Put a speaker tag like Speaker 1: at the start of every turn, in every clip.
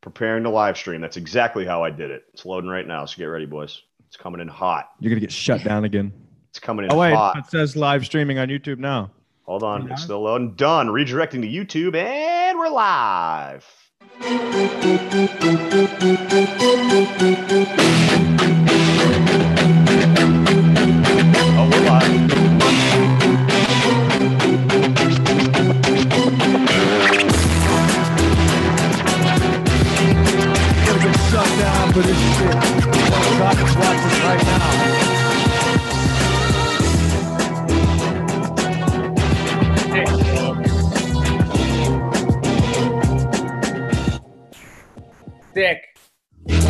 Speaker 1: preparing to live stream. That's exactly how I did it. It's loading right now, so get ready, boys. It's coming in hot.
Speaker 2: You're gonna get shut down again.
Speaker 1: It's coming in
Speaker 2: Oh wait,
Speaker 1: hot.
Speaker 2: it says live streaming on YouTube now.
Speaker 1: Hold on,
Speaker 2: Yeah.
Speaker 1: it's still loading. Done. Redirecting to YouTube, and we're live. Oh, we're live.
Speaker 2: You're gonna get shut down for this shit. Watch us right now.
Speaker 3: Dick.
Speaker 2: You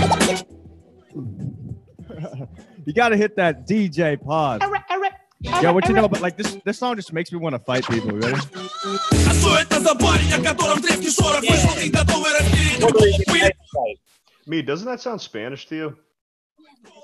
Speaker 2: gotta hit that DJ pod. Yeah, what you know, but like this this song just makes me want to fight people. Ready?
Speaker 4: А что это за парень, о котором треске шорох вышел и готовы растереть любого пыль?
Speaker 1: Me, doesn't that sound Spanish to you?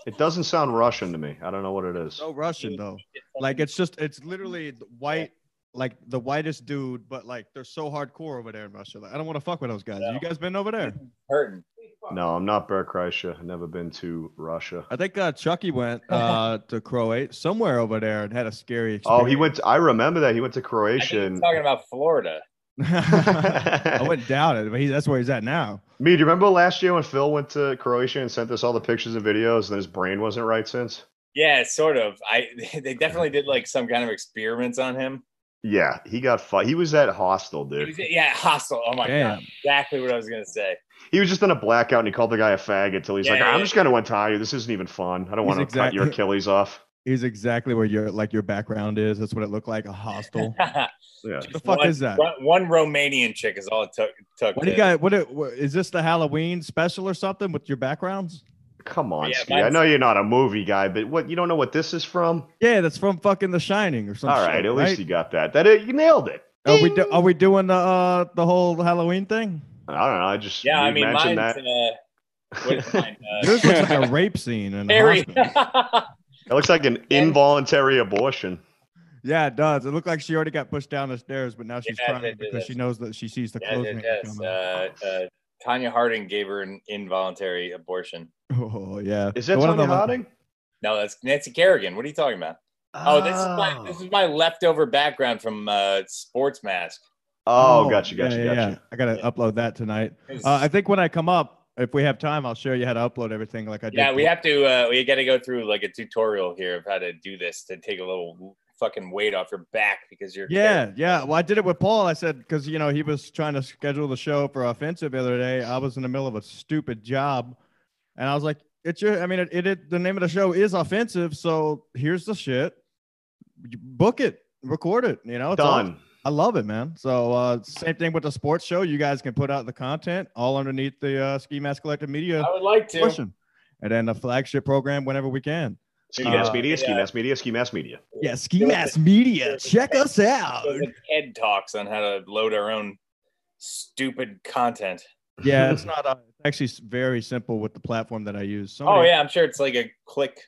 Speaker 1: It doesn't sound Russian to me. I don't know what it is.
Speaker 2: So Russian though. Like it's just it's literally the white, like the whitest dude, but like they're so hardcore over there in Russia. Like I don't want to fuck with those guys. Have You guys been over there?
Speaker 3: hurting.
Speaker 1: No, I'm not Bear Kreischer. I've never been to Russia.
Speaker 2: I think uh, Chucky went uh, to Croatia somewhere over there and had a scary. Experience.
Speaker 1: Oh, he went. I remember that he went to
Speaker 3: I think
Speaker 1: Croatia.
Speaker 3: he's
Speaker 1: and-
Speaker 3: talking about Florida.
Speaker 2: I wouldn't doubt it, but he, that's where he's at now.
Speaker 1: Me, do you remember last year when Phil went to Croatia and sent us all the pictures and videos, and then his brain wasn't right since?
Speaker 3: Yeah, sort of. I they definitely did like some kind of experiments on him.
Speaker 1: Yeah, he got fu- He was at hostel,
Speaker 3: He
Speaker 1: dude.
Speaker 3: was- yeah, hostile. Oh my
Speaker 2: Damn.
Speaker 3: god, exactly what I was gonna say.
Speaker 1: He was just in a blackout, and he called the guy a faggot till he's
Speaker 3: Yeah,
Speaker 1: like,
Speaker 3: yeah,
Speaker 1: "I'm
Speaker 3: yeah.
Speaker 1: just gonna untie you. This isn't even fun. I don't
Speaker 2: He's
Speaker 1: want to cut
Speaker 2: exact-
Speaker 1: your Achilles off."
Speaker 2: He's exactly where your like your background is. That's what it looked like—a hostel.
Speaker 1: Yeah,
Speaker 2: What the fuck
Speaker 3: One-
Speaker 2: is that?
Speaker 3: One, one Romanian chick is all it took. took
Speaker 2: What do you
Speaker 3: to-
Speaker 2: got? What, it- what is this? The Halloween special or something with your backgrounds?
Speaker 1: come on,
Speaker 3: Yeah,
Speaker 1: Ski. I
Speaker 3: mine's-
Speaker 1: know you're not a movie guy, but what you don't know what this is from?
Speaker 2: Yeah, that's from fucking The Shining or something.
Speaker 1: All right, at least you got that. That it, you nailed it.
Speaker 2: Are Oh, we do- are we doing the uh, the whole Halloween thing?
Speaker 1: I don't know. I just
Speaker 3: Yeah,
Speaker 1: you
Speaker 3: I mean, mine's
Speaker 1: mentioned
Speaker 3: uh,
Speaker 1: that.
Speaker 3: what is mine? Uh,
Speaker 2: Yours looks like a rape scene in the
Speaker 3: very.
Speaker 2: hospital.
Speaker 1: It looks like an involuntary abortion.
Speaker 2: Yeah, it does. It looked like she already got pushed down the stairs, but now she's
Speaker 3: Yeah,
Speaker 2: crying
Speaker 3: it- it
Speaker 2: because
Speaker 3: is.
Speaker 2: she knows that she sees the
Speaker 3: yes,
Speaker 2: clothes
Speaker 3: yes,
Speaker 2: man
Speaker 3: yes.
Speaker 2: coming.
Speaker 3: Uh, uh, Tanya Harding gave her an involuntary abortion.
Speaker 2: oh yeah.
Speaker 1: Is that
Speaker 2: One
Speaker 1: Tony
Speaker 2: of them-
Speaker 1: Harding?
Speaker 3: No, that's Nancy Kerrigan. What are you talking about? Oh, this is my this is my leftover background from uh, Sports Mask.
Speaker 1: Oh, gotcha, gotcha,
Speaker 2: yeah, yeah,
Speaker 1: gotcha.
Speaker 2: yeah. I gotta
Speaker 3: Yeah.
Speaker 2: upload that tonight. Uh, I think when I come up, if we have time, I'll show you how to upload everything like I did.
Speaker 3: yeah, we have to. Uh, we got to go through like a tutorial here of how to do this to take a little fucking weight off your back because you're
Speaker 2: Yeah, yeah. Well, I did it with Paul. I said because you know he was trying to schedule the show for offensive the other day. I was in the middle of a stupid job, and I was like, "It's your." I mean, it, it, it- the name of the show is offensive, so here's the shit. You Book it, record it. You know, it's all-
Speaker 1: Done.
Speaker 2: I love it, man. So uh, same thing with the sports show. You guys can put out the content all underneath the uh, Ski Mask Collective Media
Speaker 3: I would like to.
Speaker 2: portion, and then the flagship program whenever we can.
Speaker 1: Ski
Speaker 2: Uh,
Speaker 1: Mask Media, Ski
Speaker 3: yeah.
Speaker 1: Mask Media, Ski Mask Media.
Speaker 2: Yeah, Ski Mask Media. Check us out.
Speaker 3: Those are TED talks on how to load our own stupid content.
Speaker 2: yeah, it's not. Uh, it's actually s- very simple with the platform that I use.
Speaker 3: Oh
Speaker 2: Somebody-
Speaker 3: yeah, I'm sure it's like a click.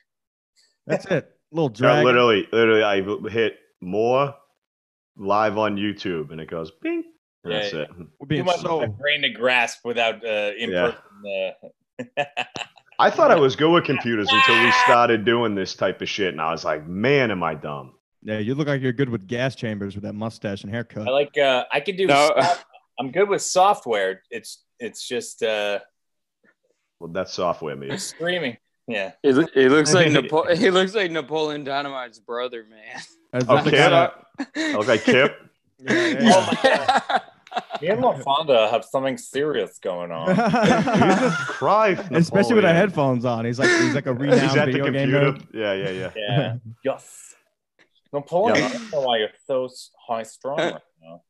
Speaker 2: that's it. Little
Speaker 1: No,
Speaker 2: drag.
Speaker 1: literally, literally, I hit more live on YouTube, and it goes bing. And
Speaker 3: Yeah,
Speaker 1: that's
Speaker 3: yeah.
Speaker 1: it.
Speaker 2: We're
Speaker 3: Too
Speaker 2: being
Speaker 3: much
Speaker 2: so-
Speaker 3: for my brain to grasp without uh, in
Speaker 1: Yeah.
Speaker 3: person. Uh,
Speaker 1: I thought I was good with computers until we started doing this type of shit, and I was like, man, am I dumb?
Speaker 2: Yeah, you look like you're good with gas chambers with that mustache and haircut.
Speaker 3: I like. Uh, I could do.
Speaker 5: No.
Speaker 3: soft- I'm good with software. It's it's just uh,
Speaker 1: Well, that's software, me.
Speaker 3: streaming. Yeah.
Speaker 5: He, lo- he looks like Napo- he looks like Napoleon Dynamite's brother, man.
Speaker 2: As
Speaker 1: Oh,
Speaker 2: if the
Speaker 1: Kip?
Speaker 2: guy-
Speaker 1: I was like, Kip,
Speaker 2: Yeah,
Speaker 3: Me and LaFonda have something serious going on.
Speaker 2: yeah.
Speaker 1: Jesus Christ.
Speaker 2: Especially with the
Speaker 1: Napoleon.
Speaker 2: headphones on. He's like he's like a
Speaker 1: He's
Speaker 2: renowned
Speaker 1: at the
Speaker 2: video game
Speaker 1: computer.
Speaker 2: nerd.
Speaker 1: Yeah, yeah, yeah.
Speaker 3: Yeah. yes. Napoleon,
Speaker 1: Yeah.
Speaker 3: I don't know why you're so s- high strung right now.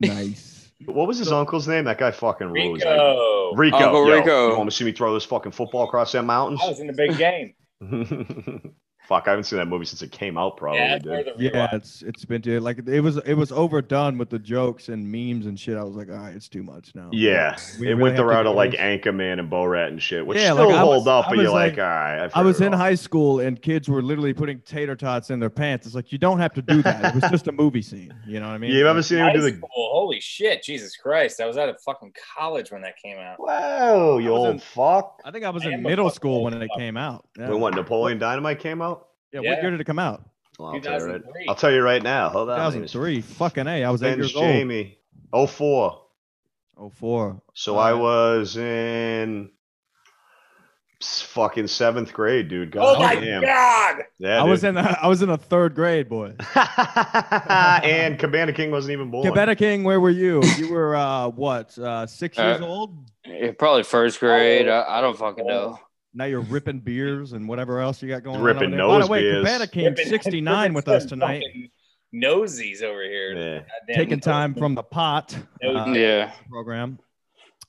Speaker 2: Nice.
Speaker 1: What was his uncle's name? That guy fucking rules. dude.
Speaker 3: Rico.
Speaker 1: Rico.
Speaker 5: Uncle
Speaker 1: yo,
Speaker 5: Rico.
Speaker 1: You want to see me throw this fucking football across them mountains?
Speaker 3: I was in the big game.
Speaker 1: Fuck, I haven't seen that movie since it came out. Probably.
Speaker 3: yeah,
Speaker 1: dude.
Speaker 2: Yeah, it's it's been dude, like it was it was overdone with the jokes and memes and shit. I was like, all right, it's too much now.
Speaker 1: Yeah,
Speaker 2: We
Speaker 1: it
Speaker 2: really
Speaker 1: went the
Speaker 2: have to
Speaker 1: route
Speaker 2: do
Speaker 1: of like
Speaker 2: this.
Speaker 1: Anchorman and Borat and shit, which
Speaker 2: Yeah, like,
Speaker 1: still
Speaker 2: I
Speaker 1: hold
Speaker 2: was-
Speaker 1: up.
Speaker 2: I
Speaker 1: But you're
Speaker 2: was
Speaker 1: like,
Speaker 2: like-
Speaker 1: all right. I've
Speaker 2: I
Speaker 1: heard
Speaker 2: was
Speaker 1: it
Speaker 2: in
Speaker 1: all."
Speaker 2: high school and kids were literally putting tater tots in their pants. It's like you don't have to do that. It was just a movie scene. You know what I mean?
Speaker 1: You ever seen him
Speaker 3: High
Speaker 1: do
Speaker 3: school,
Speaker 1: the?
Speaker 3: holy shit, Jesus Christ! I was out of fucking college when that came out.
Speaker 1: Wow,
Speaker 2: I
Speaker 1: you
Speaker 2: was
Speaker 1: old
Speaker 2: in-
Speaker 1: fuck.
Speaker 2: I think I was
Speaker 3: I
Speaker 2: in
Speaker 3: am a
Speaker 2: middle
Speaker 3: fucking
Speaker 2: school when
Speaker 3: old
Speaker 2: it
Speaker 3: fuck.
Speaker 2: came out. Yeah.
Speaker 1: When what? Napoleon Dynamite came out.
Speaker 2: Yeah,
Speaker 3: Yeah.
Speaker 2: What year did it come out?
Speaker 1: Well, I'll, tell you right,
Speaker 3: 2003.
Speaker 1: I'll tell you right now. Hold on. my name is
Speaker 2: 2003. Fucking a. I was eight
Speaker 1: Ben's
Speaker 2: years
Speaker 1: Jamie. Oh four.
Speaker 2: old. Oh four.
Speaker 1: So
Speaker 2: All
Speaker 1: I
Speaker 2: right.
Speaker 1: was in s- fucking seventh grade, dude. God
Speaker 3: oh my
Speaker 1: damn.
Speaker 3: god!
Speaker 1: Yeah,
Speaker 2: I was
Speaker 1: dude.
Speaker 2: in the, I was in the third grade, boy.
Speaker 1: and Cabana King wasn't even born.
Speaker 2: Quebec King, where were you? You were uh, what? Uh, six
Speaker 5: Uh,
Speaker 2: years old.
Speaker 5: Yeah, probably first grade. I, I don't fucking know.
Speaker 2: Now you're ripping beers and whatever else you got going on.
Speaker 1: Ripping
Speaker 2: over there. By
Speaker 1: nose
Speaker 2: the way,
Speaker 1: beers.
Speaker 2: Cabana King
Speaker 3: Ripping-
Speaker 2: 69 with us tonight,
Speaker 3: Fucking Nosies over here.
Speaker 1: Yeah.
Speaker 3: Goddamn
Speaker 2: taking
Speaker 3: nosies.
Speaker 2: time from the pot
Speaker 1: Oh.
Speaker 2: uh,
Speaker 5: Yeah.
Speaker 2: program.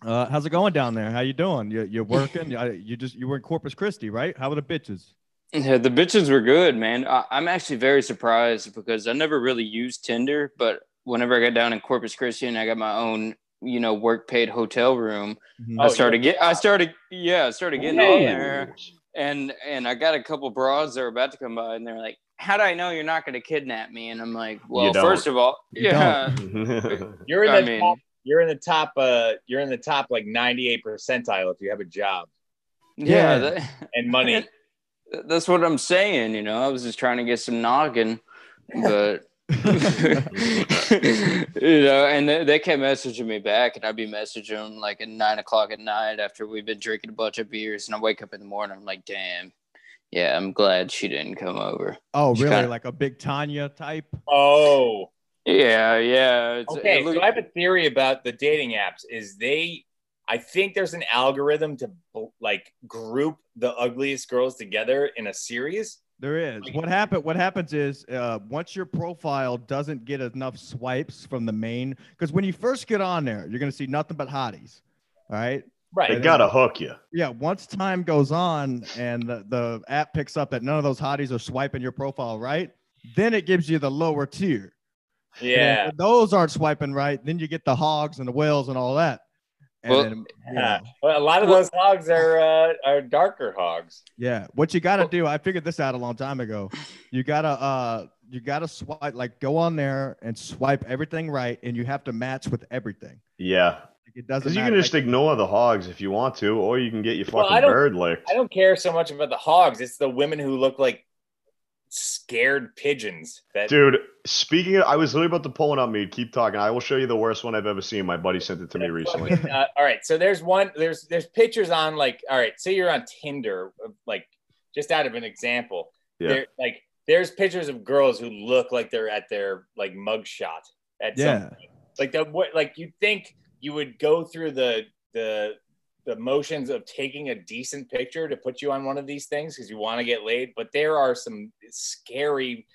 Speaker 2: Uh, how's it going down there? How you doing? You, you're working. I, you just you were in Corpus Christi, right? How were the bitches?
Speaker 5: Yeah, the bitches were good, man. I, I'm actually very surprised because I never really used Tinder, but whenever I got down in Corpus Christi and I got my own, you know, work paid hotel room,
Speaker 2: Mhm.
Speaker 3: Oh,
Speaker 5: I started get, I started, yeah, I started getting on
Speaker 3: Ooh.
Speaker 5: there, and and I got a couple broads that were about to come by, and they're like, "How do I know you're not going to kidnap me?" And I'm like, "Well,
Speaker 1: don't.
Speaker 5: first of all,
Speaker 2: You
Speaker 5: yeah,
Speaker 3: You're in the
Speaker 5: I mean,
Speaker 3: top, you're in the top uh you're in the top like 98 percentile if you have a job
Speaker 5: yeah,
Speaker 2: Yeah.
Speaker 5: that-
Speaker 3: and money.
Speaker 5: that's what I'm saying. You know, I was just trying to get some noggin, but." you know, and they, they kept messaging me back, and I'd be messaging them like at nine o'clock at night after we've been drinking a bunch of beers, and I wake up in the morning, I'm like, damn, yeah, I'm glad she didn't come over.
Speaker 2: oh, really?
Speaker 5: kinda-
Speaker 2: Like a big Tanya type?
Speaker 3: oh.
Speaker 5: Yeah, yeah. It's,
Speaker 3: Okay,
Speaker 5: it look-
Speaker 3: so I have a theory about the dating apps. Is they, I think there's an algorithm to like group the ugliest girls together in a series.
Speaker 2: There is. What happened? What happens is uh, once your profile doesn't get enough swipes from the main, because when you first get on there, you're gonna see nothing but hotties. All right.
Speaker 1: they
Speaker 3: Right.
Speaker 1: gotta hook you.
Speaker 2: Yeah. Once time goes on and the, the app picks up that none of those hotties are swiping your profile right, then it gives you the lower tier. And
Speaker 3: Yeah.
Speaker 2: if those aren't swiping right, then you get the hogs and the whales and all that. And
Speaker 5: Well-
Speaker 2: then, you know,
Speaker 3: Well, a lot of those hogs are uh, are darker hogs.
Speaker 2: Yeah, what you gotta do, I figured this out a long time ago. You gotta uh you gotta swipe like go on there and swipe everything right and you have to match with everything.
Speaker 1: Yeah,
Speaker 2: Like it doesn't
Speaker 1: because you
Speaker 2: matter.
Speaker 1: can just
Speaker 2: like,
Speaker 1: ignore the hogs if you want to, or you can get your
Speaker 3: Well,
Speaker 1: fucking
Speaker 3: I don't-
Speaker 1: bird licked.
Speaker 3: I don't care so much about the hogs. It's the women who look like scared pigeons. That
Speaker 1: Dude, speaking of, I was literally about to pull one up, me. Keep talking. I will show you the worst one I've ever seen. My buddy sent it to me recently.
Speaker 3: Fucking, uh, all right, so there's one. There's there's pictures on like all right. Say you're on Tinder, like just out of an example.
Speaker 1: Yeah.
Speaker 3: There, like there's pictures of girls who look like they're at their like mugshot. At
Speaker 2: yeah.
Speaker 3: Some, like the what? Like you think you would go through the the the motions of taking a decent picture to put you on one of these things because you want to get laid, but there are some scary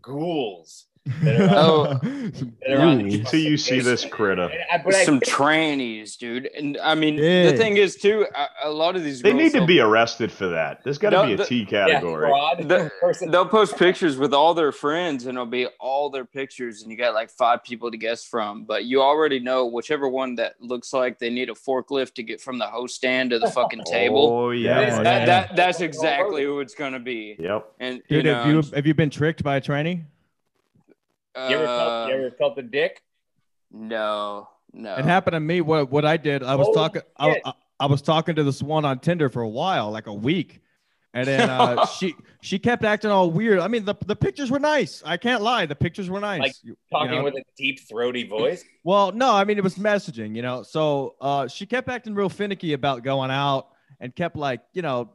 Speaker 3: ghouls. That are,
Speaker 5: Oh.
Speaker 3: that are on
Speaker 5: Ooh.
Speaker 3: these
Speaker 1: Until you
Speaker 3: fucking
Speaker 1: see
Speaker 3: dates.
Speaker 1: this critter,
Speaker 3: And I- but I
Speaker 5: some
Speaker 3: think-
Speaker 5: trannies, dude. And I mean,
Speaker 2: Yeah.
Speaker 5: the thing is, too, a, a lot of these
Speaker 1: they
Speaker 5: girls
Speaker 1: need to
Speaker 5: don't-
Speaker 1: be arrested for that. There's got to
Speaker 5: No,
Speaker 1: be a
Speaker 5: the-
Speaker 1: T
Speaker 3: yeah,
Speaker 1: category.
Speaker 3: fraud,
Speaker 5: The-
Speaker 3: person-
Speaker 5: They'll post pictures with all their friends, and it'll be all their pictures, and you got like five people to guess from. But you already know whichever one that looks like they need a forklift to get from the host stand to the fucking table.
Speaker 1: Oh
Speaker 2: That
Speaker 1: yeah.
Speaker 2: is-
Speaker 5: that,
Speaker 2: yeah.
Speaker 5: that that's exactly who it's gonna be.
Speaker 1: Yep.
Speaker 5: And you
Speaker 2: Dude,
Speaker 5: know,
Speaker 2: have you have you been tricked by a tranny?
Speaker 3: You ever,
Speaker 5: uh,
Speaker 3: felt, you ever felt the dick?
Speaker 5: no, no.
Speaker 2: It happened to me. What what I did, I was
Speaker 3: Oh,
Speaker 2: talking, I,
Speaker 3: shit.
Speaker 2: I, I was talking to this one on Tinder for a while, like a week, and then uh, she she kept acting all weird. I mean, the, the pictures were nice. I can't lie, the pictures were nice.
Speaker 3: Like,
Speaker 2: You- you
Speaker 3: Talking
Speaker 2: know?
Speaker 3: with a deep throaty voice.
Speaker 2: Well, no, I mean it was messaging, you know. So uh, she kept acting real finicky about going out and kept like, you know,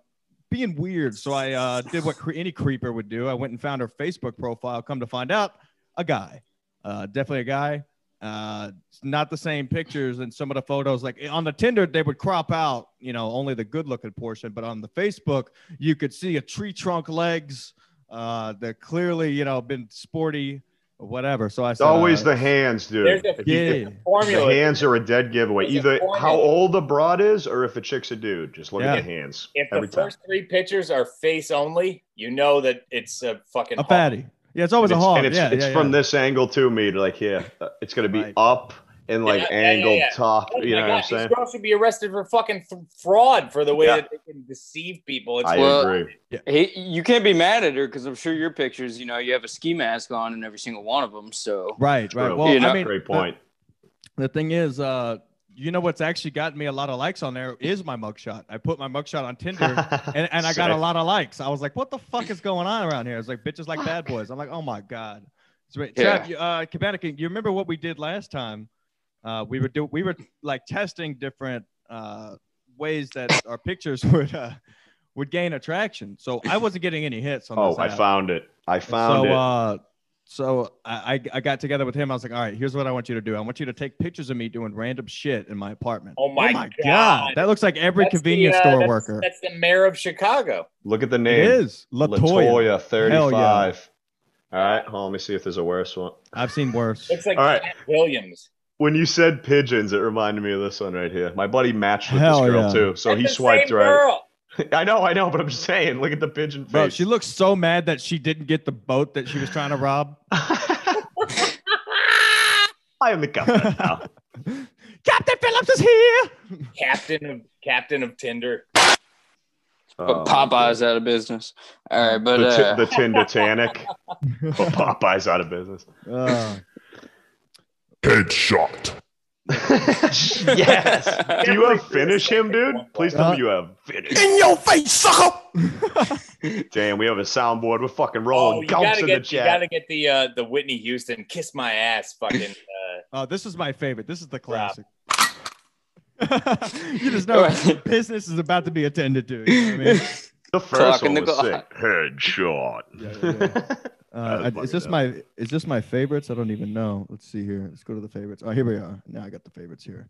Speaker 2: being weird. So I uh, did what cre- any creeper would do. I went and found her Facebook profile. Come to find out, a guy, uh, definitely a guy. Uh, it's not the same pictures and some of the photos. Like eh, on the Tinder, they would crop out, you know, only the good-looking portion. But on the Facebook, you could see a tree trunk legs. Uh, they're clearly, you know, been sporty or whatever. So I
Speaker 1: It's
Speaker 2: said,
Speaker 1: always
Speaker 2: uh,
Speaker 1: the hands, dude.
Speaker 3: There's a
Speaker 1: If you-
Speaker 2: yeah,
Speaker 1: if the
Speaker 3: formula.
Speaker 1: hands are a dead giveaway.
Speaker 3: There's a
Speaker 1: Either
Speaker 3: formula.
Speaker 1: how old the broad is or if a chick's a dude. Just look
Speaker 2: Yeah.
Speaker 1: at the hands
Speaker 3: If the
Speaker 1: every time.
Speaker 3: first three pitchers are face only, you know that it's a fucking
Speaker 2: a
Speaker 3: hog.
Speaker 2: fatty. Yeah, Oh, it's always
Speaker 1: and
Speaker 2: a
Speaker 1: it's,
Speaker 2: hog.
Speaker 1: and it's,
Speaker 2: yeah,
Speaker 1: it's
Speaker 2: yeah,
Speaker 1: from
Speaker 2: yeah.
Speaker 1: this angle too, me. Like, yeah, uh, it's gonna be
Speaker 2: Right.
Speaker 1: up and like
Speaker 3: Yeah, yeah, yeah,
Speaker 1: angled
Speaker 3: yeah.
Speaker 1: top.
Speaker 3: Oh my
Speaker 1: you know
Speaker 3: God,
Speaker 1: what I'm
Speaker 3: these
Speaker 1: saying?
Speaker 3: girls should be arrested for fucking th- fraud for the way
Speaker 1: Yeah.
Speaker 3: that they can deceive people. It's
Speaker 1: I
Speaker 5: Well,
Speaker 1: agree.
Speaker 5: Hey, you can't be mad at her because I'm sure your pictures, you know, you have a ski mask on in every single one of them. So
Speaker 2: Right, right.
Speaker 1: True.
Speaker 2: Well,
Speaker 5: You know-
Speaker 2: I mean,
Speaker 1: Great
Speaker 2: the-
Speaker 1: point.
Speaker 2: The, thing is, uh, you know what's actually gotten me a lot of likes on there is my mugshot. I put my mugshot on Tinder. And, and I got a
Speaker 1: Sick.
Speaker 2: lot of likes. I was like, "What the fuck is going on around here?" It's like bitches like bad boys. I'm like, "Oh my god!" So, wait,
Speaker 5: Yeah.
Speaker 2: Chad, you- uh, Cabana, can you remember what we did last time? Uh, we were do we were like testing different uh, ways that our pictures would uh, would gain attraction. So I wasn't getting any hits on.
Speaker 1: Oh,
Speaker 2: this
Speaker 1: I
Speaker 2: app.
Speaker 1: found it. I
Speaker 2: And
Speaker 1: found
Speaker 2: so,
Speaker 1: it.
Speaker 2: Uh, so I, I I got together with him. I was like, "All right, here's what I want you to do. I want you to take pictures of me doing random shit in my apartment."
Speaker 3: Oh my
Speaker 2: god.
Speaker 3: God.
Speaker 2: that looks like every
Speaker 3: That's the,
Speaker 2: convenience
Speaker 3: uh,
Speaker 2: store
Speaker 3: that's-
Speaker 2: worker.
Speaker 3: That's the mayor of Chicago.
Speaker 1: Look at the name.
Speaker 2: It is Latoya.
Speaker 1: Latoya,
Speaker 2: Hell yeah.
Speaker 1: 35. All right, hold on, let me see if there's a worse one.
Speaker 2: I've seen worse.
Speaker 3: Looks like
Speaker 1: All right.
Speaker 3: Cat Williams.
Speaker 1: When you said pigeons, it reminded me of this one right here. My buddy matched with
Speaker 2: Hell
Speaker 1: this girl
Speaker 2: yeah.
Speaker 1: too, so
Speaker 3: That's
Speaker 1: he
Speaker 3: the
Speaker 1: swiped
Speaker 3: same
Speaker 1: right.
Speaker 3: girl.
Speaker 1: I know, I know, but I'm just saying, look at the pigeon
Speaker 2: Bro,
Speaker 1: face.
Speaker 2: she looks so mad that she didn't get the boat that she was trying to rob.
Speaker 1: I am the captain now.
Speaker 2: Captain Phillips is here.
Speaker 3: Captain of Captain of Tinder.
Speaker 5: but
Speaker 1: Oh,
Speaker 5: Popeye's out of business. All right, but
Speaker 1: the,
Speaker 5: uh,
Speaker 1: t- the Tinder Titanic. but Popeye's out of business.
Speaker 2: Uh,
Speaker 4: Headshot.
Speaker 1: yes. Do you have finish him, dude? Please tell me you have finish.
Speaker 4: In your face, sucker!
Speaker 1: Damn, we have a soundboard. We're fucking rolling
Speaker 3: Oh, you
Speaker 1: gumps
Speaker 3: gotta
Speaker 1: Oh, in
Speaker 3: get
Speaker 1: the
Speaker 3: you
Speaker 1: chat.
Speaker 3: gotta get the uh, the Whitney Houston kiss my ass fucking. Uh,
Speaker 2: oh, this is my favorite. This is the classic. you just know
Speaker 5: Right.
Speaker 2: business is about to be attended to. you know what I mean?
Speaker 1: The first
Speaker 5: Clock in
Speaker 1: one
Speaker 5: the
Speaker 1: was
Speaker 5: clock.
Speaker 1: sick. Headshot.
Speaker 2: Yeah, yeah,
Speaker 1: That was
Speaker 2: Uh, I-
Speaker 1: funny
Speaker 2: is this
Speaker 1: though.
Speaker 2: my is this my favorites? I don't even know. Let's see here. Let's go to the favorites. Oh, here we are. Now I got the favorites here.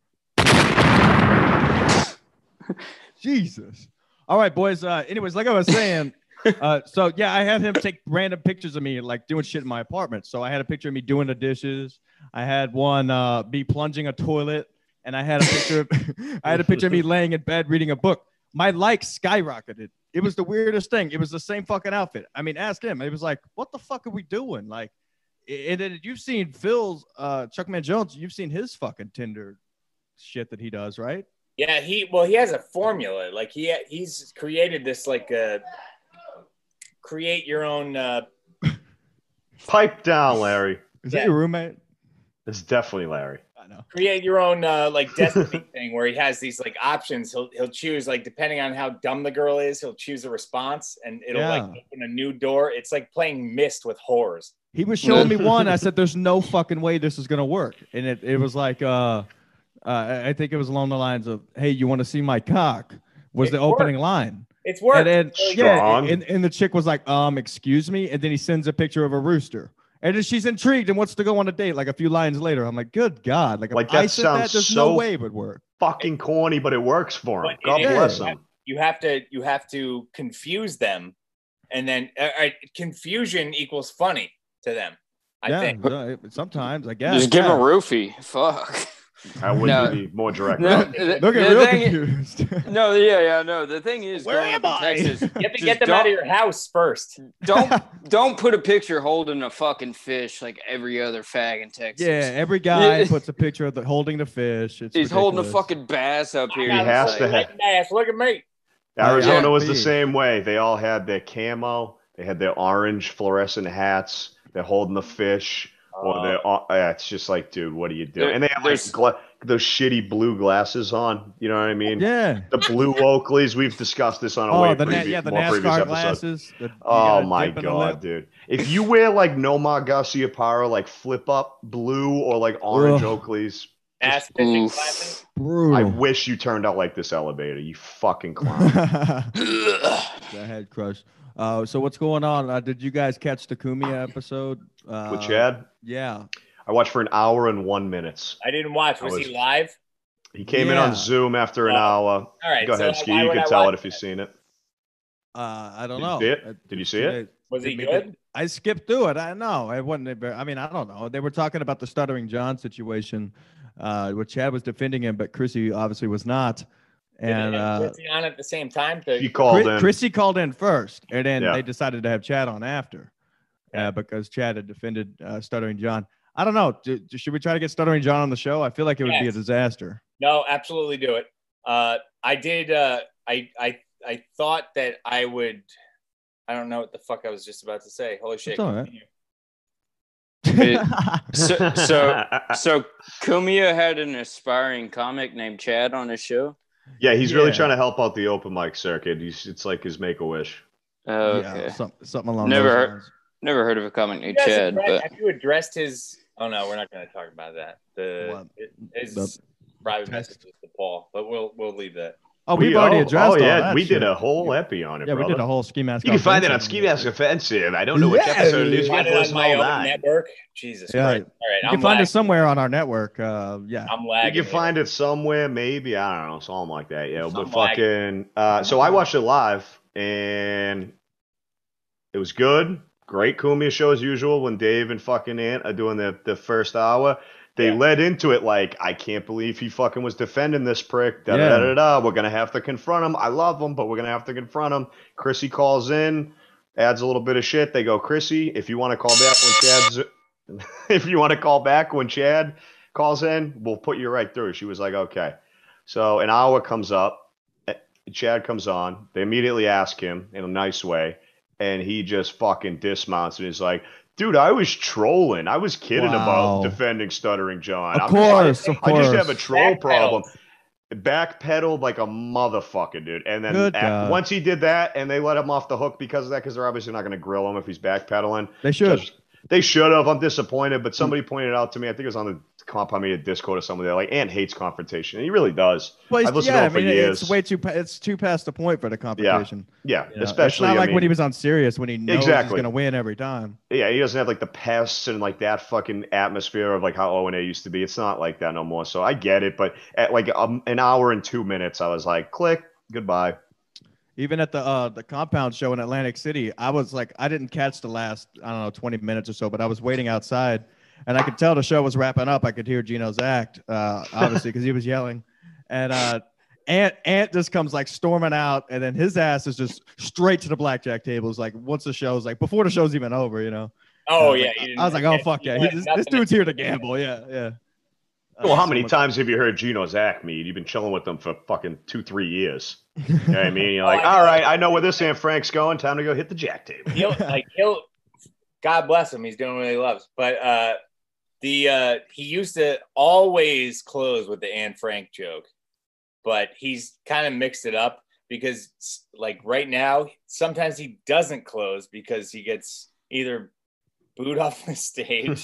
Speaker 2: Jesus. All right, boys. Uh, anyways, like I was saying, uh, so yeah, I had him take random pictures of me, like doing shit in my apartment. So I had a picture of me doing the dishes. I had one uh, be plunging a toilet, and I had a picture. Of, I had a picture of me laying in bed reading a book. My likes skyrocketed. It was the weirdest thing. It was the same fucking outfit. I mean, ask him. It was like, what the fuck are we doing? Like, and then you've seen Phil's uh, Chuckman Jones. You've seen his fucking Tinder shit that he does, right?
Speaker 3: yeah, he well he has a formula. Like he he's created this like uh, create your own. Uh,
Speaker 1: Pipe down, Larry.
Speaker 2: Is
Speaker 3: Yeah.
Speaker 2: that your roommate?
Speaker 1: It's definitely Larry.
Speaker 2: I know.
Speaker 3: create your own uh, like destiny thing where he has these like options. He'll he'll choose like depending on how dumb the girl is, he'll choose a response and it'll like
Speaker 2: Yeah.
Speaker 3: open a new door. It's like playing Mist with whores.
Speaker 2: He was showing me one. I said, "There's no fucking way this is gonna work." And it, it was like, uh, uh, I I think it was along the lines of, "Hey, you want to see my cock?" Was
Speaker 3: It
Speaker 2: the opening line.
Speaker 3: It's work.
Speaker 2: And then yeah,
Speaker 1: Strong.
Speaker 2: and, and the chick was like, "Um, excuse me." And then he sends a picture of a rooster. And then she's intrigued and wants to go on a date. Like a few lines later, I'm like, "Good God!" Like, if
Speaker 1: Like,
Speaker 2: I
Speaker 1: that
Speaker 2: said that,
Speaker 1: sounds
Speaker 2: there's
Speaker 1: so-
Speaker 2: no way it would work.
Speaker 1: Fucking corny, but it works for him.
Speaker 3: But
Speaker 1: God
Speaker 3: it is.
Speaker 1: bless him.
Speaker 3: you have to you have to confuse them and then uh, uh, confusion equals funny to them i
Speaker 2: yeah,
Speaker 3: think
Speaker 2: uh, sometimes I guess.
Speaker 5: just give
Speaker 2: yeah.
Speaker 5: him a roofie. Fuck.
Speaker 1: I wouldn't
Speaker 5: No.
Speaker 1: be more direct.
Speaker 5: No,
Speaker 1: Rob.
Speaker 5: th-
Speaker 2: Look at
Speaker 5: the
Speaker 2: real
Speaker 5: thing-
Speaker 2: confused.
Speaker 5: No, yeah, yeah, no. The thing is,
Speaker 2: Where
Speaker 5: going
Speaker 2: am
Speaker 5: up to
Speaker 2: I?
Speaker 5: Texas,
Speaker 3: you have to
Speaker 5: Just
Speaker 3: get them out of
Speaker 5: don't-
Speaker 3: your house first
Speaker 5: don't don't put a picture holding a fucking fish like every other fag in Texas.
Speaker 2: Yeah, every guy
Speaker 5: Yeah.
Speaker 2: puts a picture of the holding the fish. It's
Speaker 5: he's holding a
Speaker 2: ridiculous.
Speaker 5: fucking bass up here.
Speaker 1: He
Speaker 5: It's
Speaker 1: has to
Speaker 5: like-
Speaker 1: have-
Speaker 3: Like, ass, look at me
Speaker 1: Arizona
Speaker 5: Yeah.
Speaker 1: was the
Speaker 2: Please.
Speaker 1: same way. They all had their camo. They had their orange fluorescent hats. They're holding the fish. Or
Speaker 3: Uh,
Speaker 1: they're, all- yeah, it's just like, dude, what are you doing?
Speaker 5: There-
Speaker 1: and they have like
Speaker 5: there's-
Speaker 1: gla- those shitty blue glasses on. You know what I mean?
Speaker 2: Yeah.
Speaker 1: The blue Oakleys. We've discussed this on a way
Speaker 2: Oh, the
Speaker 1: previ-
Speaker 2: na- yeah, the
Speaker 1: more previous
Speaker 2: NASCAR
Speaker 1: episode.
Speaker 2: glasses. the- you
Speaker 1: Oh
Speaker 2: got a
Speaker 1: my
Speaker 2: dip in the
Speaker 1: god,
Speaker 2: lip.
Speaker 1: dude! If you wear like Nomar Garciaparo, like flip up blue or like orange
Speaker 2: Ugh.
Speaker 1: Oakleys,
Speaker 3: ass fishing classes.
Speaker 5: Oof.
Speaker 1: I
Speaker 2: brutal.
Speaker 1: wish you turned out like this elevator. You fucking clown.
Speaker 2: the head crush. Uh, so what's going on? Uh, did you guys catch the Kumia episode? Uh,
Speaker 1: With Chad,
Speaker 2: Yeah.
Speaker 1: I watched for an hour and one minutes.
Speaker 3: i didn't watch was,
Speaker 1: I was-
Speaker 3: he live
Speaker 1: He came in on
Speaker 2: Yeah.
Speaker 1: Zoom after an
Speaker 3: Oh.
Speaker 1: hour.
Speaker 3: all right
Speaker 1: Go
Speaker 3: so
Speaker 1: ahead, Ski.
Speaker 3: why
Speaker 1: You
Speaker 3: would
Speaker 1: can
Speaker 3: I
Speaker 1: tell
Speaker 3: watch
Speaker 1: it if you've seen it.
Speaker 2: Uh, I don't
Speaker 1: Did you
Speaker 2: know.
Speaker 1: see it?
Speaker 2: Uh,
Speaker 1: Did you see it?
Speaker 2: today-
Speaker 3: was he
Speaker 2: Did we get-
Speaker 3: good
Speaker 2: I skipped through it. I know it wasn't. I mean, I don't know. They were talking about the stuttering John situation, uh, where Chad was defending him, but Chrissy obviously was not. And uh,
Speaker 3: Chrissy on at the same time to
Speaker 1: She called
Speaker 2: Chris-
Speaker 1: in.
Speaker 2: Chrissy called in first, and then
Speaker 1: Yeah.
Speaker 2: they decided to have Chad on after,
Speaker 3: Yeah.
Speaker 2: uh, because Chad had defended uh, Stuttering John. I don't know. Do, do- should we try to get Stuttering John on the show? I feel like it would be a
Speaker 3: Yes.
Speaker 2: disaster.
Speaker 3: No, absolutely do it. Uh, I did. Uh, I I I thought that I would. I don't know what the fuck I was just about to say. Holy shit!
Speaker 2: It's all right.
Speaker 3: continue.
Speaker 5: It- So, so, so Kumia had an aspiring comic named Chad on his show.
Speaker 1: yeah, he's really
Speaker 2: Yeah.
Speaker 1: trying to help out the open mic circuit. He's it's like his make a wish.
Speaker 5: Oh,
Speaker 2: Yeah,
Speaker 5: okay,
Speaker 2: some- something along
Speaker 5: Never
Speaker 2: those
Speaker 5: heard-
Speaker 2: lines.
Speaker 5: never heard of a comic named
Speaker 3: Yes,
Speaker 5: Chad,
Speaker 3: right.
Speaker 5: but
Speaker 3: Have you addressed his? Oh no, we're not going to talk about that. The his
Speaker 2: The-
Speaker 3: private
Speaker 2: Test.
Speaker 3: messages to Paul, but we'll we'll leave that.
Speaker 2: Oh, we've already addressed.
Speaker 1: Oh
Speaker 2: all
Speaker 1: yeah,
Speaker 2: that
Speaker 1: we
Speaker 2: shit.
Speaker 1: did a whole epi on it.
Speaker 2: Yeah, we did
Speaker 1: brother.
Speaker 2: a whole ski mask.
Speaker 1: You can find it on
Speaker 2: offensive.
Speaker 1: Ski Mask Offensive. I don't know which
Speaker 2: Yeah.
Speaker 1: episode it is. You have
Speaker 3: Find it
Speaker 1: to
Speaker 3: on
Speaker 1: listen to
Speaker 3: my
Speaker 1: all
Speaker 3: own
Speaker 1: nine.
Speaker 3: network. Jesus
Speaker 2: Yeah.
Speaker 3: Christ! All right,
Speaker 2: You
Speaker 3: I'm
Speaker 2: can find
Speaker 3: lagging.
Speaker 2: it somewhere on our network. Uh, yeah.
Speaker 3: I'm
Speaker 1: You
Speaker 3: lagging.
Speaker 1: can find it somewhere, maybe. I don't know, something like that. Yeah, but
Speaker 3: Something like- Uh-huh.
Speaker 1: fucking. Uh, so I watched it live, and it was good. Great Kumia show as usual. When Dave and fucking Ant are doing the the first hour, they
Speaker 3: Yeah.
Speaker 1: led into it like, I can't believe he fucking was defending this prick. Da
Speaker 2: Yeah.
Speaker 1: da da da. We're gonna have to confront him. I love him, but we're gonna have to confront him. Chrissy calls in, adds a little bit of shit. They go, Chrissy, if you want to call back when Chad's, if you want to call back when Chad calls in, we'll put you right through. She was like, okay. So an hour comes up, eh, Chad comes on. They immediately ask him in a nice way, and he just fucking dismounts and is like. Dude, I was trolling. I was kidding
Speaker 2: Wow.
Speaker 1: about defending stuttering John.
Speaker 2: Of
Speaker 1: I'm sorry.
Speaker 2: course, of
Speaker 1: I
Speaker 2: course.
Speaker 1: just have a troll
Speaker 3: Backpedal.
Speaker 1: problem. Backpedaled like a motherfucker, dude. And then
Speaker 2: Good
Speaker 1: at-
Speaker 2: God.
Speaker 1: once he did that, and they let him off the hook because of that, because they're obviously not going to grill him if he's backpedaling.
Speaker 2: they should.
Speaker 1: Just- they should have. I'm disappointed, but somebody pointed out to me. I think it was on the comp. I mean, a Discord or something. They're like, "Ant hates confrontation. And he really does.
Speaker 2: Well,
Speaker 1: I've listened
Speaker 2: yeah,
Speaker 1: to
Speaker 2: I
Speaker 1: him for
Speaker 2: mean, it's
Speaker 1: years.
Speaker 2: way too. pa- It's too past the point for the competition.
Speaker 1: Yeah,
Speaker 2: You know,
Speaker 1: especially.
Speaker 2: it's not
Speaker 1: I
Speaker 2: like when
Speaker 1: mean-
Speaker 2: he was on Sirius when he knows he's
Speaker 1: Exactly.
Speaker 2: going to win every time.
Speaker 1: yeah, he doesn't have like the pests and like that fucking atmosphere of like how O and A used to be. It's not like that no more. So I get it, but at like um, an hour and two minutes, I was like, click, goodbye.
Speaker 2: Even at the uh, the compound show in Atlantic City, I was like, I didn't catch the last I don't know twenty minutes or so, but I was waiting outside, and I could tell the show was wrapping up. I could hear Gino's act, uh, obviously, because he was yelling, and uh, Ant Ant just comes like storming out, and then his ass is just straight to the blackjack tables. Like once the show's like before the show's even over, you know.
Speaker 3: Oh
Speaker 2: And I was
Speaker 3: yeah, you
Speaker 2: like,
Speaker 3: didn't-
Speaker 2: I was like, oh
Speaker 3: you
Speaker 2: fuck yeah,
Speaker 3: had
Speaker 2: He- this,
Speaker 3: nothing
Speaker 2: this dude's here to gamble. Yeah, yeah. Uh,
Speaker 1: Well, how many
Speaker 2: times?
Speaker 1: times have you heard Gino Zach me? You've been chilling with them for fucking two, three years. You know what I mean? You're like,
Speaker 3: Oh, I know.
Speaker 1: all right, I know where this Aunt Frank's going. Time to go hit the jack table.
Speaker 3: he'll like he'll god bless him he's doing what he loves but uh the uh he used to always close with the anne frank joke but he's kind of mixed it up because like right now sometimes he doesn't close because he gets either booed off the stage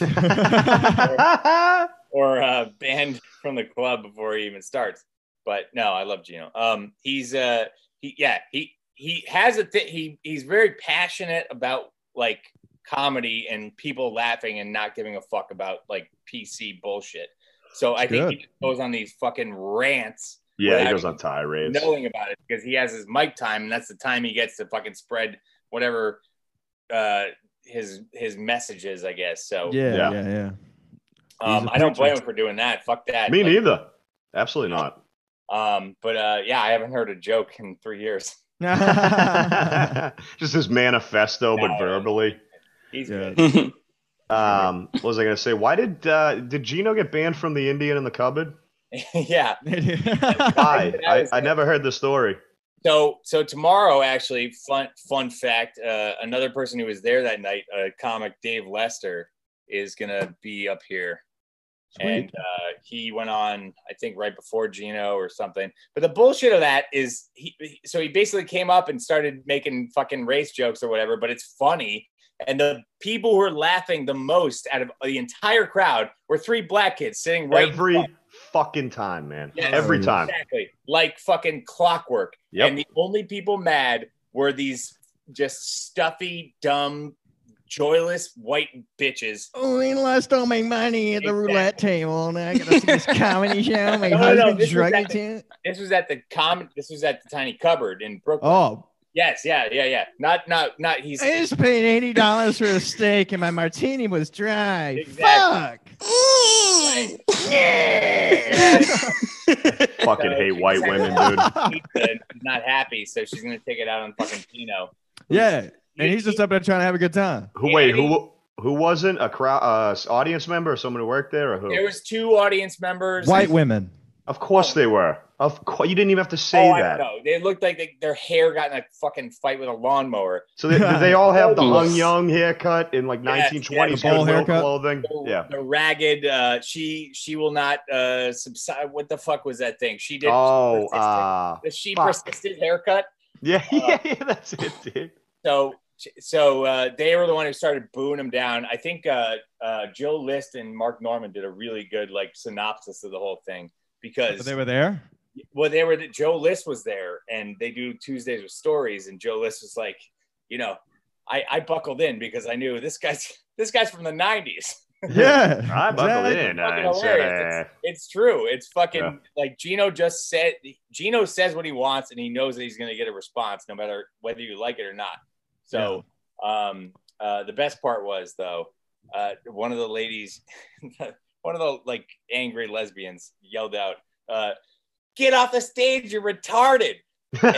Speaker 3: or uh, banned from the club before he even starts. But no, I love Gino. Um, he's uh, he yeah, he he has a thing. He he's very passionate about like comedy and people laughing and not giving a fuck about like PC bullshit. So I think
Speaker 2: good.
Speaker 3: he just goes on these fucking rants,
Speaker 1: yeah, he
Speaker 3: Without
Speaker 1: goes on tirades.
Speaker 3: knowing about it because he has his mic time, and that's the time he gets to fucking spread whatever uh, his his messages, I guess. So
Speaker 2: Yeah,
Speaker 1: Yeah.
Speaker 2: yeah, yeah.
Speaker 3: um,
Speaker 2: a
Speaker 3: I don't blame
Speaker 2: preacher.
Speaker 3: him for doing that. Fuck that.
Speaker 1: me
Speaker 3: Like,
Speaker 1: neither. Absolutely not.
Speaker 3: Um, but uh, yeah, I haven't heard a joke in three years.
Speaker 1: Just his manifesto, but
Speaker 3: No.
Speaker 1: verbally.
Speaker 3: He's
Speaker 2: Yeah.
Speaker 3: good.
Speaker 1: Um, what was I going to say? Why did uh, did Gino get banned from the Indian in the cupboard?
Speaker 3: yeah. uh,
Speaker 1: Why?
Speaker 3: That
Speaker 1: I,
Speaker 3: was-
Speaker 1: I never heard the story.
Speaker 3: So so tomorrow, actually, fun fun fact. Uh, another person who was there that night, uh, comic Dave Lester, is gonna be up here, and uh, he went on, I think, right before Gino or something. But the bullshit of that is, he he- so he basically came up and started making fucking race jokes or whatever. But it's funny. And the people who were laughing the most out of the entire crowd were three black kids sitting right in
Speaker 1: Every fucking time, man.
Speaker 3: Yes.
Speaker 1: Every time.
Speaker 3: Exactly. Like fucking clockwork.
Speaker 1: Yep.
Speaker 3: And the only people mad were these just stuffy, dumb, joyless white bitches.
Speaker 2: Only lost all my money at the roulette table, and I gotta see this comedy show. My
Speaker 3: No, no, no,
Speaker 2: husband's
Speaker 3: this is
Speaker 2: drugging
Speaker 3: that-
Speaker 2: to.
Speaker 3: This was at the com this was at the tiny cupboard in Brooklyn.
Speaker 2: Oh,
Speaker 3: Yes, yeah, yeah, yeah. Not, not, not. He's
Speaker 2: I just paid eighty dollars for a steak, and my martini was dry.
Speaker 3: Exactly.
Speaker 2: Fuck.
Speaker 1: Fucking hate white women, dude.
Speaker 3: pizza and she's not happy, so she's gonna take it out on fucking Pino.
Speaker 2: yeah, and he's just up there trying to have a good time.
Speaker 1: Who? Wait, who? Who wasn't a crowd uh, s- audience member or someone who worked there or who?
Speaker 3: There was two audience members.
Speaker 2: White women.
Speaker 1: of course they were. Of course, you didn't even have to say
Speaker 3: oh, I don't
Speaker 1: that.
Speaker 3: know. They looked like they, their hair got in a fucking fight with a lawnmower.
Speaker 1: So they, did they all have the
Speaker 5: Yes.
Speaker 1: Hung Young haircut in like
Speaker 3: Yes,
Speaker 1: 1920s
Speaker 3: yeah,
Speaker 2: the bowl
Speaker 1: good little
Speaker 2: haircut.
Speaker 1: clothing.
Speaker 3: The,
Speaker 1: Yeah.
Speaker 3: the ragged. Uh, she she will not uh, subside. What the fuck was that thing? She did.
Speaker 1: Oh,
Speaker 3: persisted-
Speaker 1: uh,
Speaker 3: the she
Speaker 1: fuck.
Speaker 3: persisted haircut. Uh,
Speaker 1: yeah, yeah, yeah, that's it, dude.
Speaker 3: So so uh, they were the one who started booing him down. I think uh, uh, Jill List and Mark Norman did a really good like synopsis of the whole thing because
Speaker 2: But they were there.
Speaker 3: well, they were Joe List was there, and they do Tuesdays with stories, and Joe List was like, you know, I, I buckled in because I knew this guy's this guy's from the '90s.
Speaker 2: Yeah,
Speaker 1: I buckled
Speaker 2: exactly.
Speaker 1: in.
Speaker 3: Fucking
Speaker 1: I said,
Speaker 3: hilarious.
Speaker 1: eh.
Speaker 3: It's true. It's fucking
Speaker 1: Yeah.
Speaker 3: like Gino just said. Gino says what he wants, and he knows that he's going to get a response, no matter whether you like it or not. So, um, uh, the best part was though, uh, one of the ladies, one of the like angry lesbians yelled out, uh, "Get off the stage! You're retarded!"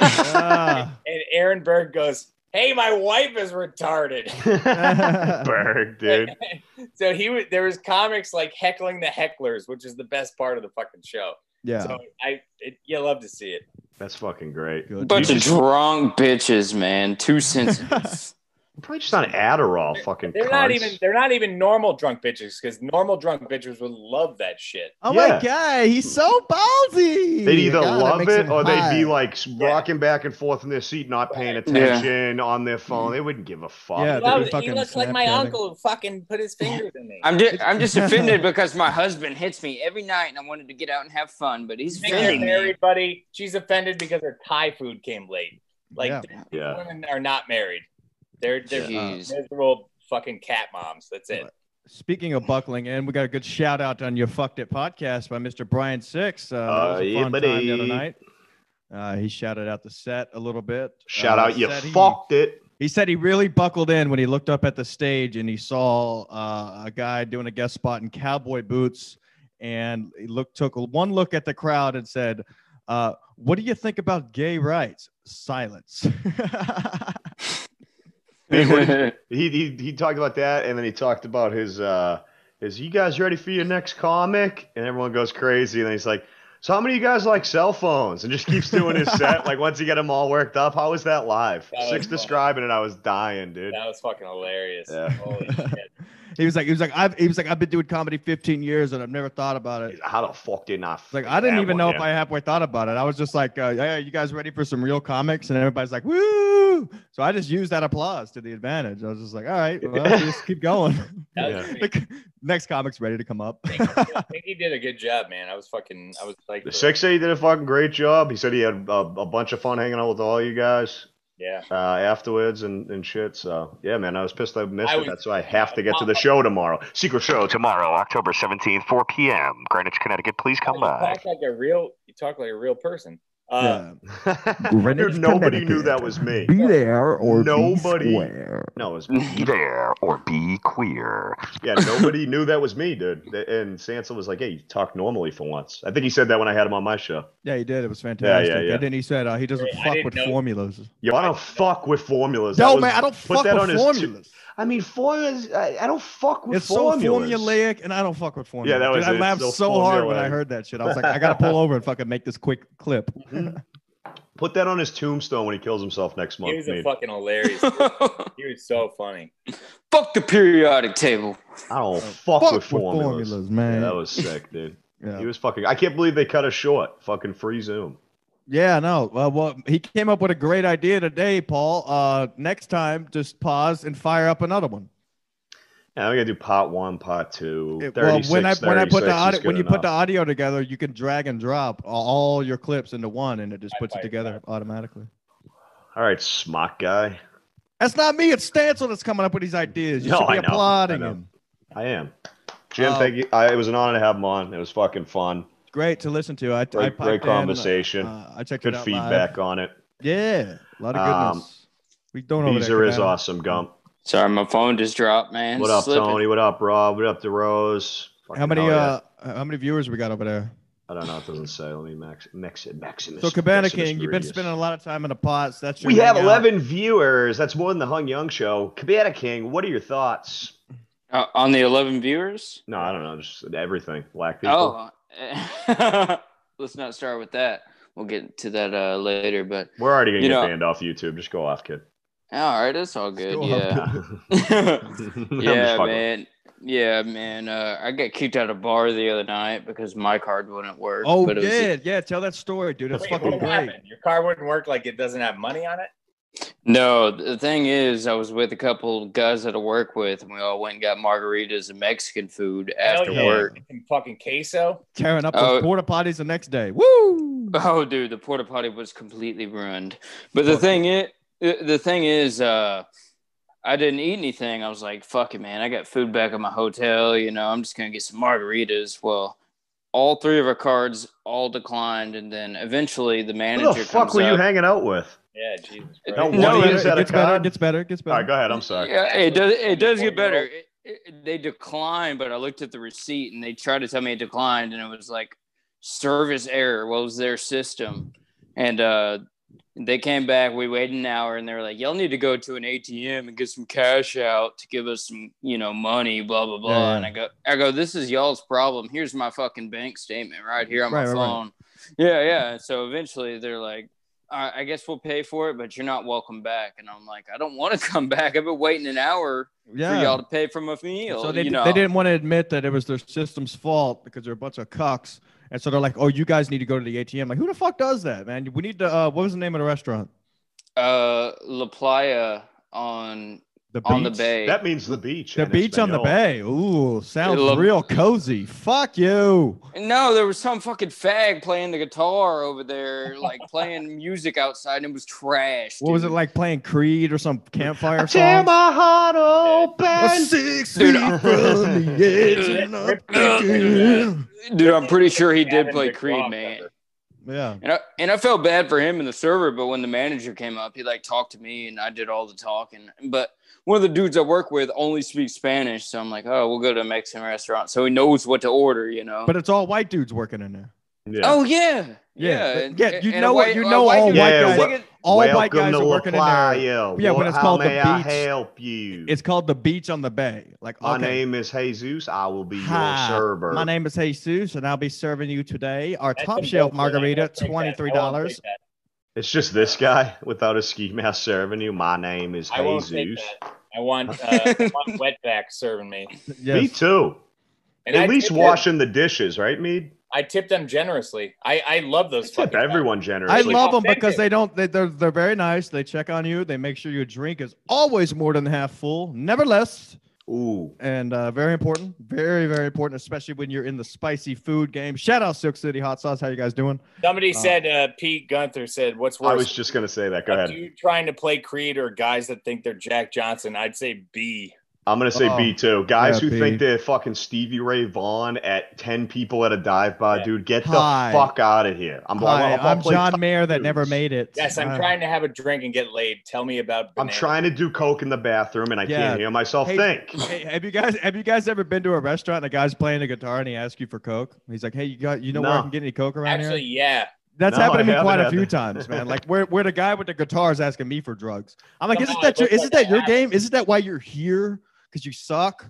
Speaker 2: Ah.
Speaker 3: And Aaron Berg goes, "Hey, my wife is retarded."
Speaker 1: uh, Berg, dude.
Speaker 3: so he was there was comics like heckling the hecklers, which is the best part of the fucking show.
Speaker 2: yeah.
Speaker 3: So I it, you love to see it.
Speaker 1: That's fucking great.
Speaker 2: Good.
Speaker 5: Bunch of drunk bitches, man. Too sensitive.
Speaker 1: Probably just on Adderall, fucking.
Speaker 3: They're not
Speaker 1: cunts.
Speaker 3: even they're not even normal drunk bitches because normal drunk bitches would love that shit.
Speaker 2: Oh
Speaker 1: Yeah.
Speaker 2: my god, he's so ballsy.
Speaker 1: They'd either
Speaker 2: God, that
Speaker 1: love
Speaker 2: makes
Speaker 1: it
Speaker 2: him
Speaker 1: or they'd
Speaker 2: hot.
Speaker 1: be like rocking back and forth in their seat, not paying attention on their phone. They wouldn't give a fuck.
Speaker 2: Yeah,
Speaker 1: dude.
Speaker 2: they'd
Speaker 3: Love
Speaker 2: be
Speaker 3: it. He
Speaker 2: fucking
Speaker 3: looks like my
Speaker 2: Snapchatting.
Speaker 3: uncle who fucking put his fingers in me.
Speaker 5: I'm just, I'm just offended because my husband hits me every night, and I wanted to get out and have fun, but he's
Speaker 3: I think they're
Speaker 5: offending me.
Speaker 3: married, buddy. She's offended because her Thai food came late. Like
Speaker 2: Yeah.
Speaker 3: these
Speaker 1: Yeah.
Speaker 3: women are not married. They're they're
Speaker 5: Jeez.
Speaker 3: miserable fucking cat moms. That's it.
Speaker 2: Speaking of buckling in, we got a good shout out on your fucked it podcast by Mr. Brian Six. Uh, that was
Speaker 1: Oh,
Speaker 2: a
Speaker 1: yeah,
Speaker 2: fun time the other
Speaker 1: buddy.
Speaker 2: night. Uh, he shouted out the set a little bit.
Speaker 1: Shout
Speaker 2: Uh,
Speaker 1: out, you
Speaker 2: said he-
Speaker 1: fucked it.
Speaker 2: He said he really buckled in when he looked up at the stage and he saw uh, a guy doing a guest spot in cowboy boots. And he looked, took one look at the crowd and said, uh, "What do you think about gay rights?" Silence.
Speaker 1: He, he he talked about that, and then he talked about his uh his you guys ready for your next comic? And everyone goes crazy, and then he's like, "So how many of you guys like cell phones?" And just keeps doing his set. Like once you get them all worked up, how is that live?
Speaker 3: That was
Speaker 1: Six
Speaker 3: fun.
Speaker 1: describing it, I was dying, dude.
Speaker 3: That was fucking hilarious.
Speaker 1: Yeah.
Speaker 3: Holy shit.
Speaker 2: he was like, he was like, I've, he was like, I've been doing comedy 15 years and I've never thought about it.
Speaker 1: How the fuck did not?
Speaker 2: It's like I didn't
Speaker 1: have one
Speaker 2: even know
Speaker 1: yet?
Speaker 2: if I halfway thought about it. I was just like, uh, "Yeah, you guys ready for some real comics?" And everybody's like, "Woo!" So I just used that applause to the advantage. I was just like, "All right, well, just keep going."
Speaker 3: That was
Speaker 1: Yeah.
Speaker 3: pretty
Speaker 2: Like, next comic's ready to come up.
Speaker 3: I think he did a good job, man. I was fucking, I was like,
Speaker 1: The six eight did a fucking great job. He said he had a, a bunch of fun hanging out with all you guys
Speaker 3: yeah.
Speaker 1: uh, afterwards and, and shit. So yeah, man, I was pissed I missed
Speaker 3: I
Speaker 1: it.
Speaker 3: was-
Speaker 1: That's why I have to get to the show tomorrow. Secret show tomorrow, October seventeenth, four p.m. Greenwich, Connecticut. Please come
Speaker 3: you
Speaker 1: by.
Speaker 3: talk like a real, you talk like a real person. Uh,
Speaker 1: Dude, nobody knew that was me.
Speaker 6: Be there or
Speaker 1: Nobody-
Speaker 6: be square.
Speaker 1: No, it was be there or be queer. Yeah, nobody knew that was me, dude. And Sansa was like, "Hey, you talk normally for once." I think he said that when I had him on my show.
Speaker 2: yeah, he did. It was fantastic.
Speaker 1: yeah.
Speaker 2: And then he said uh, he doesn't
Speaker 3: Hey, I
Speaker 2: fuck
Speaker 3: didn't
Speaker 2: with
Speaker 3: know-
Speaker 2: formulas.
Speaker 1: Yo, I don't fuck with formulas. That
Speaker 2: No,
Speaker 1: was-
Speaker 2: man, I don't
Speaker 1: put
Speaker 2: fuck
Speaker 1: that on
Speaker 2: with
Speaker 1: his t-
Speaker 2: formulas.
Speaker 1: I mean, formulas. I, I don't fuck with
Speaker 2: It's
Speaker 1: formulas.
Speaker 2: so formulaic, and I don't fuck with formulas.
Speaker 1: that
Speaker 2: Dude,
Speaker 1: was
Speaker 2: I
Speaker 1: it.
Speaker 2: laughed so,
Speaker 1: So
Speaker 2: hard when I
Speaker 1: formulaic.
Speaker 2: heard that shit. I was like, I gotta pull over and fucking make this quick clip.
Speaker 1: Mm-hmm. Put that on his tombstone when he kills himself next
Speaker 3: he
Speaker 1: month.
Speaker 3: was a
Speaker 1: Nate.
Speaker 3: fucking hilarious. he was so funny.
Speaker 5: Fuck the periodic table.
Speaker 1: I don't fuck,
Speaker 2: fuck
Speaker 1: with
Speaker 2: with
Speaker 1: formulas.
Speaker 2: formulas, man.
Speaker 1: Yeah, that was sick, dude.
Speaker 2: Yeah.
Speaker 1: He was fucking. I can't believe they cut us short. Fucking free Zoom.
Speaker 2: Yeah, no. Well, well, he came up with a great idea today, Paul. Uh, next time, just pause and fire up another one.
Speaker 1: Yeah, I'm gonna do part one, part two.
Speaker 2: It- well,
Speaker 1: 36,
Speaker 2: when I when I put
Speaker 1: 36
Speaker 2: the
Speaker 1: is
Speaker 2: audio
Speaker 1: good
Speaker 2: when you put the
Speaker 1: enough.
Speaker 2: audio together, you can drag and drop a- all your clips into one, and it just puts it
Speaker 3: fired
Speaker 2: together automatically.
Speaker 1: all right, smart guy.
Speaker 2: That's not me. It's Stancil that's coming up with these ideas. You
Speaker 1: No,
Speaker 2: should be
Speaker 1: I know, I
Speaker 2: applauding
Speaker 1: know.
Speaker 2: him.
Speaker 1: I am. Jim,
Speaker 2: Uh,
Speaker 1: thank you. I, it was an honor to have him on. It was fucking fun.
Speaker 2: Great to listen to. I, I
Speaker 1: Great,
Speaker 2: piped
Speaker 1: great
Speaker 2: in,
Speaker 1: conversation.
Speaker 2: uh, I checked it
Speaker 1: good
Speaker 2: out
Speaker 1: feedback
Speaker 2: Live.
Speaker 1: on it.
Speaker 2: Yeah, a lot of
Speaker 1: Um,
Speaker 2: goodness. we don't over there,
Speaker 1: Beezer is
Speaker 2: Cabana.
Speaker 1: awesome, Gump.
Speaker 5: Sorry, my phone just dropped, man.
Speaker 1: What up,
Speaker 5: Slipping.
Speaker 1: Tony? What up, Rob? What up, DeRose? Fucking
Speaker 2: How many
Speaker 1: hell, Oh, yeah.
Speaker 2: uh how many viewers we got over there?
Speaker 1: I don't know. It doesn't say. Let me max, max it, Maximus.
Speaker 2: So Cabana
Speaker 1: Maximus
Speaker 2: King, you've been
Speaker 1: Meridius.
Speaker 2: spending a lot of time in the pots. That's your
Speaker 1: We have
Speaker 2: hangout.
Speaker 1: 11 viewers. That's more than the Hung Young show. Cabana King, what are your thoughts?
Speaker 5: Uh, on the 11 viewers?
Speaker 1: No, I don't know. Just everything. Black people.
Speaker 5: Oh, let's not start with that. We'll get to that uh, later, but
Speaker 1: We're already going to
Speaker 5: You
Speaker 1: get
Speaker 5: know-
Speaker 1: banned off YouTube. Just go off, kid.
Speaker 5: all right, it's all good.
Speaker 2: Still
Speaker 5: yeah.
Speaker 1: I'm
Speaker 5: yeah,
Speaker 1: just fucking-
Speaker 5: man. Yeah, man. Uh, I got kicked out of bar the other night because my card wouldn't work.
Speaker 2: Oh
Speaker 5: but it was-
Speaker 2: yeah, yeah. Tell that story, dude. That's
Speaker 3: Wait,
Speaker 2: fucking
Speaker 3: what
Speaker 2: great.
Speaker 3: happened? Your car wouldn't work like it doesn't have money on it.
Speaker 5: No, the thing is, I was with a couple guys that I work with, and we all went and got margaritas and Mexican food after
Speaker 3: Hell yeah.
Speaker 5: work.
Speaker 3: And fucking queso.
Speaker 2: Tearing up
Speaker 5: Oh.
Speaker 2: those porta potties the next day. Woo!
Speaker 5: Oh, dude, the porta potty was completely ruined. But the
Speaker 2: Fuck.
Speaker 5: thing is, the thing is, uh, I didn't eat anything. I was like, "Fuck it, man! I got food back at my hotel. You know, I'm just gonna get some margaritas." Well, all three of our cards all declined, and then eventually the manager
Speaker 1: Who the fuck
Speaker 5: comes
Speaker 1: were you
Speaker 5: up-
Speaker 1: hanging out with?
Speaker 3: Yeah, Jesus Christ.
Speaker 1: No,
Speaker 5: No,
Speaker 1: one
Speaker 5: it-
Speaker 1: is
Speaker 2: it
Speaker 1: at a
Speaker 2: gets better. It
Speaker 1: con.
Speaker 2: gets better. It gets
Speaker 1: All right,
Speaker 2: better.
Speaker 1: go ahead. I'm sorry.
Speaker 5: Yeah, it does. It does get better. It, it, they declined, but I looked at the receipt and they tried to tell me it declined, and it was like service error. What was their system? And uh, they came back. We waited an hour, and they were like, "Y'all need to go to an ATM and get some cash out to give us some, you know, money." Blah blah blah.
Speaker 2: Yeah.
Speaker 5: And I go, I go, "This is y'all's problem. Here's my fucking bank statement right here on
Speaker 2: Right,
Speaker 5: my
Speaker 2: right, right.
Speaker 5: phone." Yeah, yeah. So eventually, they're like all right, I guess we'll pay for it, but you're not welcome back. And I'm like, I don't want to come back. I've been waiting an hour for
Speaker 2: Yeah.
Speaker 5: y'all to pay for my meal.
Speaker 2: So they, di-
Speaker 5: you know,
Speaker 2: they didn't want to admit that it was their system's fault because they're a bunch of cucks. And so they're like, "Oh, you guys need to go to the ATM." Like, who the fuck does that, man? We need to. Uh, what was the name of the restaurant?
Speaker 5: Uh, La Playa on
Speaker 2: The
Speaker 5: on the
Speaker 2: Beach?
Speaker 5: bay.
Speaker 1: That means the beach.
Speaker 2: The
Speaker 1: and
Speaker 2: beach on the
Speaker 1: Espanol.
Speaker 2: bay. Ooh, sounds
Speaker 5: Love-
Speaker 2: real cozy. Fuck you.
Speaker 5: no, there was some fucking fag playing the guitar over there, like playing music outside, and it was trash.
Speaker 2: What was it
Speaker 5: dude.
Speaker 2: like playing Creed or some campfire
Speaker 1: Tear
Speaker 2: song?
Speaker 1: my heart open.
Speaker 2: Six
Speaker 5: Dude,
Speaker 2: feet
Speaker 5: I-
Speaker 2: from the edge and up again.
Speaker 5: dude? I'm pretty sure he did
Speaker 3: Gavin
Speaker 5: play
Speaker 3: McLaughlin.
Speaker 5: Creed, man.
Speaker 2: "Hmm." Yeah.
Speaker 5: And I, and I felt bad for him and the server, but when the manager came up, he like talked to me and I did all the talking. But one of the dudes I work with only speaks Spanish, so I'm like, oh, we'll go to a Mexican restaurant, so he knows what to order, you know.
Speaker 2: But it's all white dudes working in there.
Speaker 1: Yeah.
Speaker 5: oh yeah,
Speaker 2: Yeah,
Speaker 5: yeah,
Speaker 2: but- yeah, you
Speaker 5: a
Speaker 2: know what-
Speaker 5: white-
Speaker 2: you
Speaker 5: a
Speaker 2: know all
Speaker 5: dude
Speaker 1: white
Speaker 5: was
Speaker 1: guys-
Speaker 5: singing-
Speaker 2: All
Speaker 1: Welcome
Speaker 2: white guys
Speaker 1: to
Speaker 2: are
Speaker 1: La
Speaker 2: working in there.
Speaker 1: Playa.
Speaker 2: Yeah, when it's
Speaker 1: How
Speaker 2: called the
Speaker 1: may I
Speaker 2: beach,
Speaker 1: help you?
Speaker 2: It's called the beach on the bay. Like
Speaker 1: My
Speaker 2: okay,
Speaker 1: name is Jesus. I will be
Speaker 2: Hi,
Speaker 1: your server.
Speaker 2: My name is Jesus, and I'll be serving you today our
Speaker 3: That's
Speaker 2: top
Speaker 3: some
Speaker 2: shelf
Speaker 3: bullshit.
Speaker 2: margarita,
Speaker 3: I'll take that. I won't
Speaker 2: twenty three dollars.
Speaker 3: take that.
Speaker 1: It's just this guy without a ski mask serving you. My name is
Speaker 3: I won't take
Speaker 1: Jesus.
Speaker 3: that. I want, uh, I want wetback serving me.
Speaker 1: Me too.
Speaker 3: And
Speaker 1: At
Speaker 3: I
Speaker 1: least
Speaker 3: tipped
Speaker 1: washing the dishes, right, Mead?
Speaker 3: Them, I tip them generously. I, I love those
Speaker 1: Tip
Speaker 3: fucking.
Speaker 1: everyone
Speaker 2: I
Speaker 1: generously.
Speaker 2: love them
Speaker 3: authentic.
Speaker 2: because they don't. They, they're they're very nice. They check on you. They make sure your drink is always more than half full, never less,
Speaker 1: Ooh,
Speaker 2: and uh, very important. Very very important, especially when you're in the spicy food game. Shout out Silk City Hot Sauce. How you guys doing?
Speaker 3: Somebody
Speaker 2: Uh,
Speaker 3: said uh, Pete Gunther said, "What's worse,
Speaker 1: Oh. I was just gonna say that. Go ahead.
Speaker 3: you trying to play Creed or guys that think they're Jack Johnson?" I'd say B.
Speaker 1: I'm gonna say
Speaker 2: Oh.
Speaker 1: B too. Guys
Speaker 2: Yeah,
Speaker 1: who
Speaker 2: B.
Speaker 1: think they're fucking Stevie Ray Vaughan at ten people at a dive bar,
Speaker 3: Yeah.
Speaker 1: dude, get
Speaker 2: Hi.
Speaker 1: the fuck out of here. I'm,
Speaker 2: Hi,
Speaker 1: I'm,
Speaker 2: I'm John Mayer that
Speaker 1: dudes.
Speaker 2: never made it.
Speaker 3: Yes, I'm
Speaker 2: Uh,
Speaker 3: trying to have a drink and get laid. Tell me about.
Speaker 1: I'm
Speaker 3: Banana.
Speaker 1: trying to do coke in the bathroom and I
Speaker 2: Yeah.
Speaker 1: can't hear myself
Speaker 2: Hey,
Speaker 1: think.
Speaker 2: Hey, have you guys have you guys ever been to a restaurant and the guy's playing the guitar and he asks you for coke? He's like, "Hey, you got you know where I
Speaker 1: No.
Speaker 2: can get any coke around here?"
Speaker 3: Actually, yeah.
Speaker 2: That's
Speaker 1: No,
Speaker 2: happened to
Speaker 1: I
Speaker 2: me
Speaker 1: haven't
Speaker 2: quite a
Speaker 1: had
Speaker 2: few
Speaker 1: that.
Speaker 2: times, man. Like where where the guy with the guitar is asking me for drugs. I'm like,
Speaker 3: Come
Speaker 2: isn't
Speaker 3: on,
Speaker 2: that your
Speaker 3: look what
Speaker 2: isn't that your
Speaker 3: happened."
Speaker 2: game? Isn't that why you're here? Because you suck.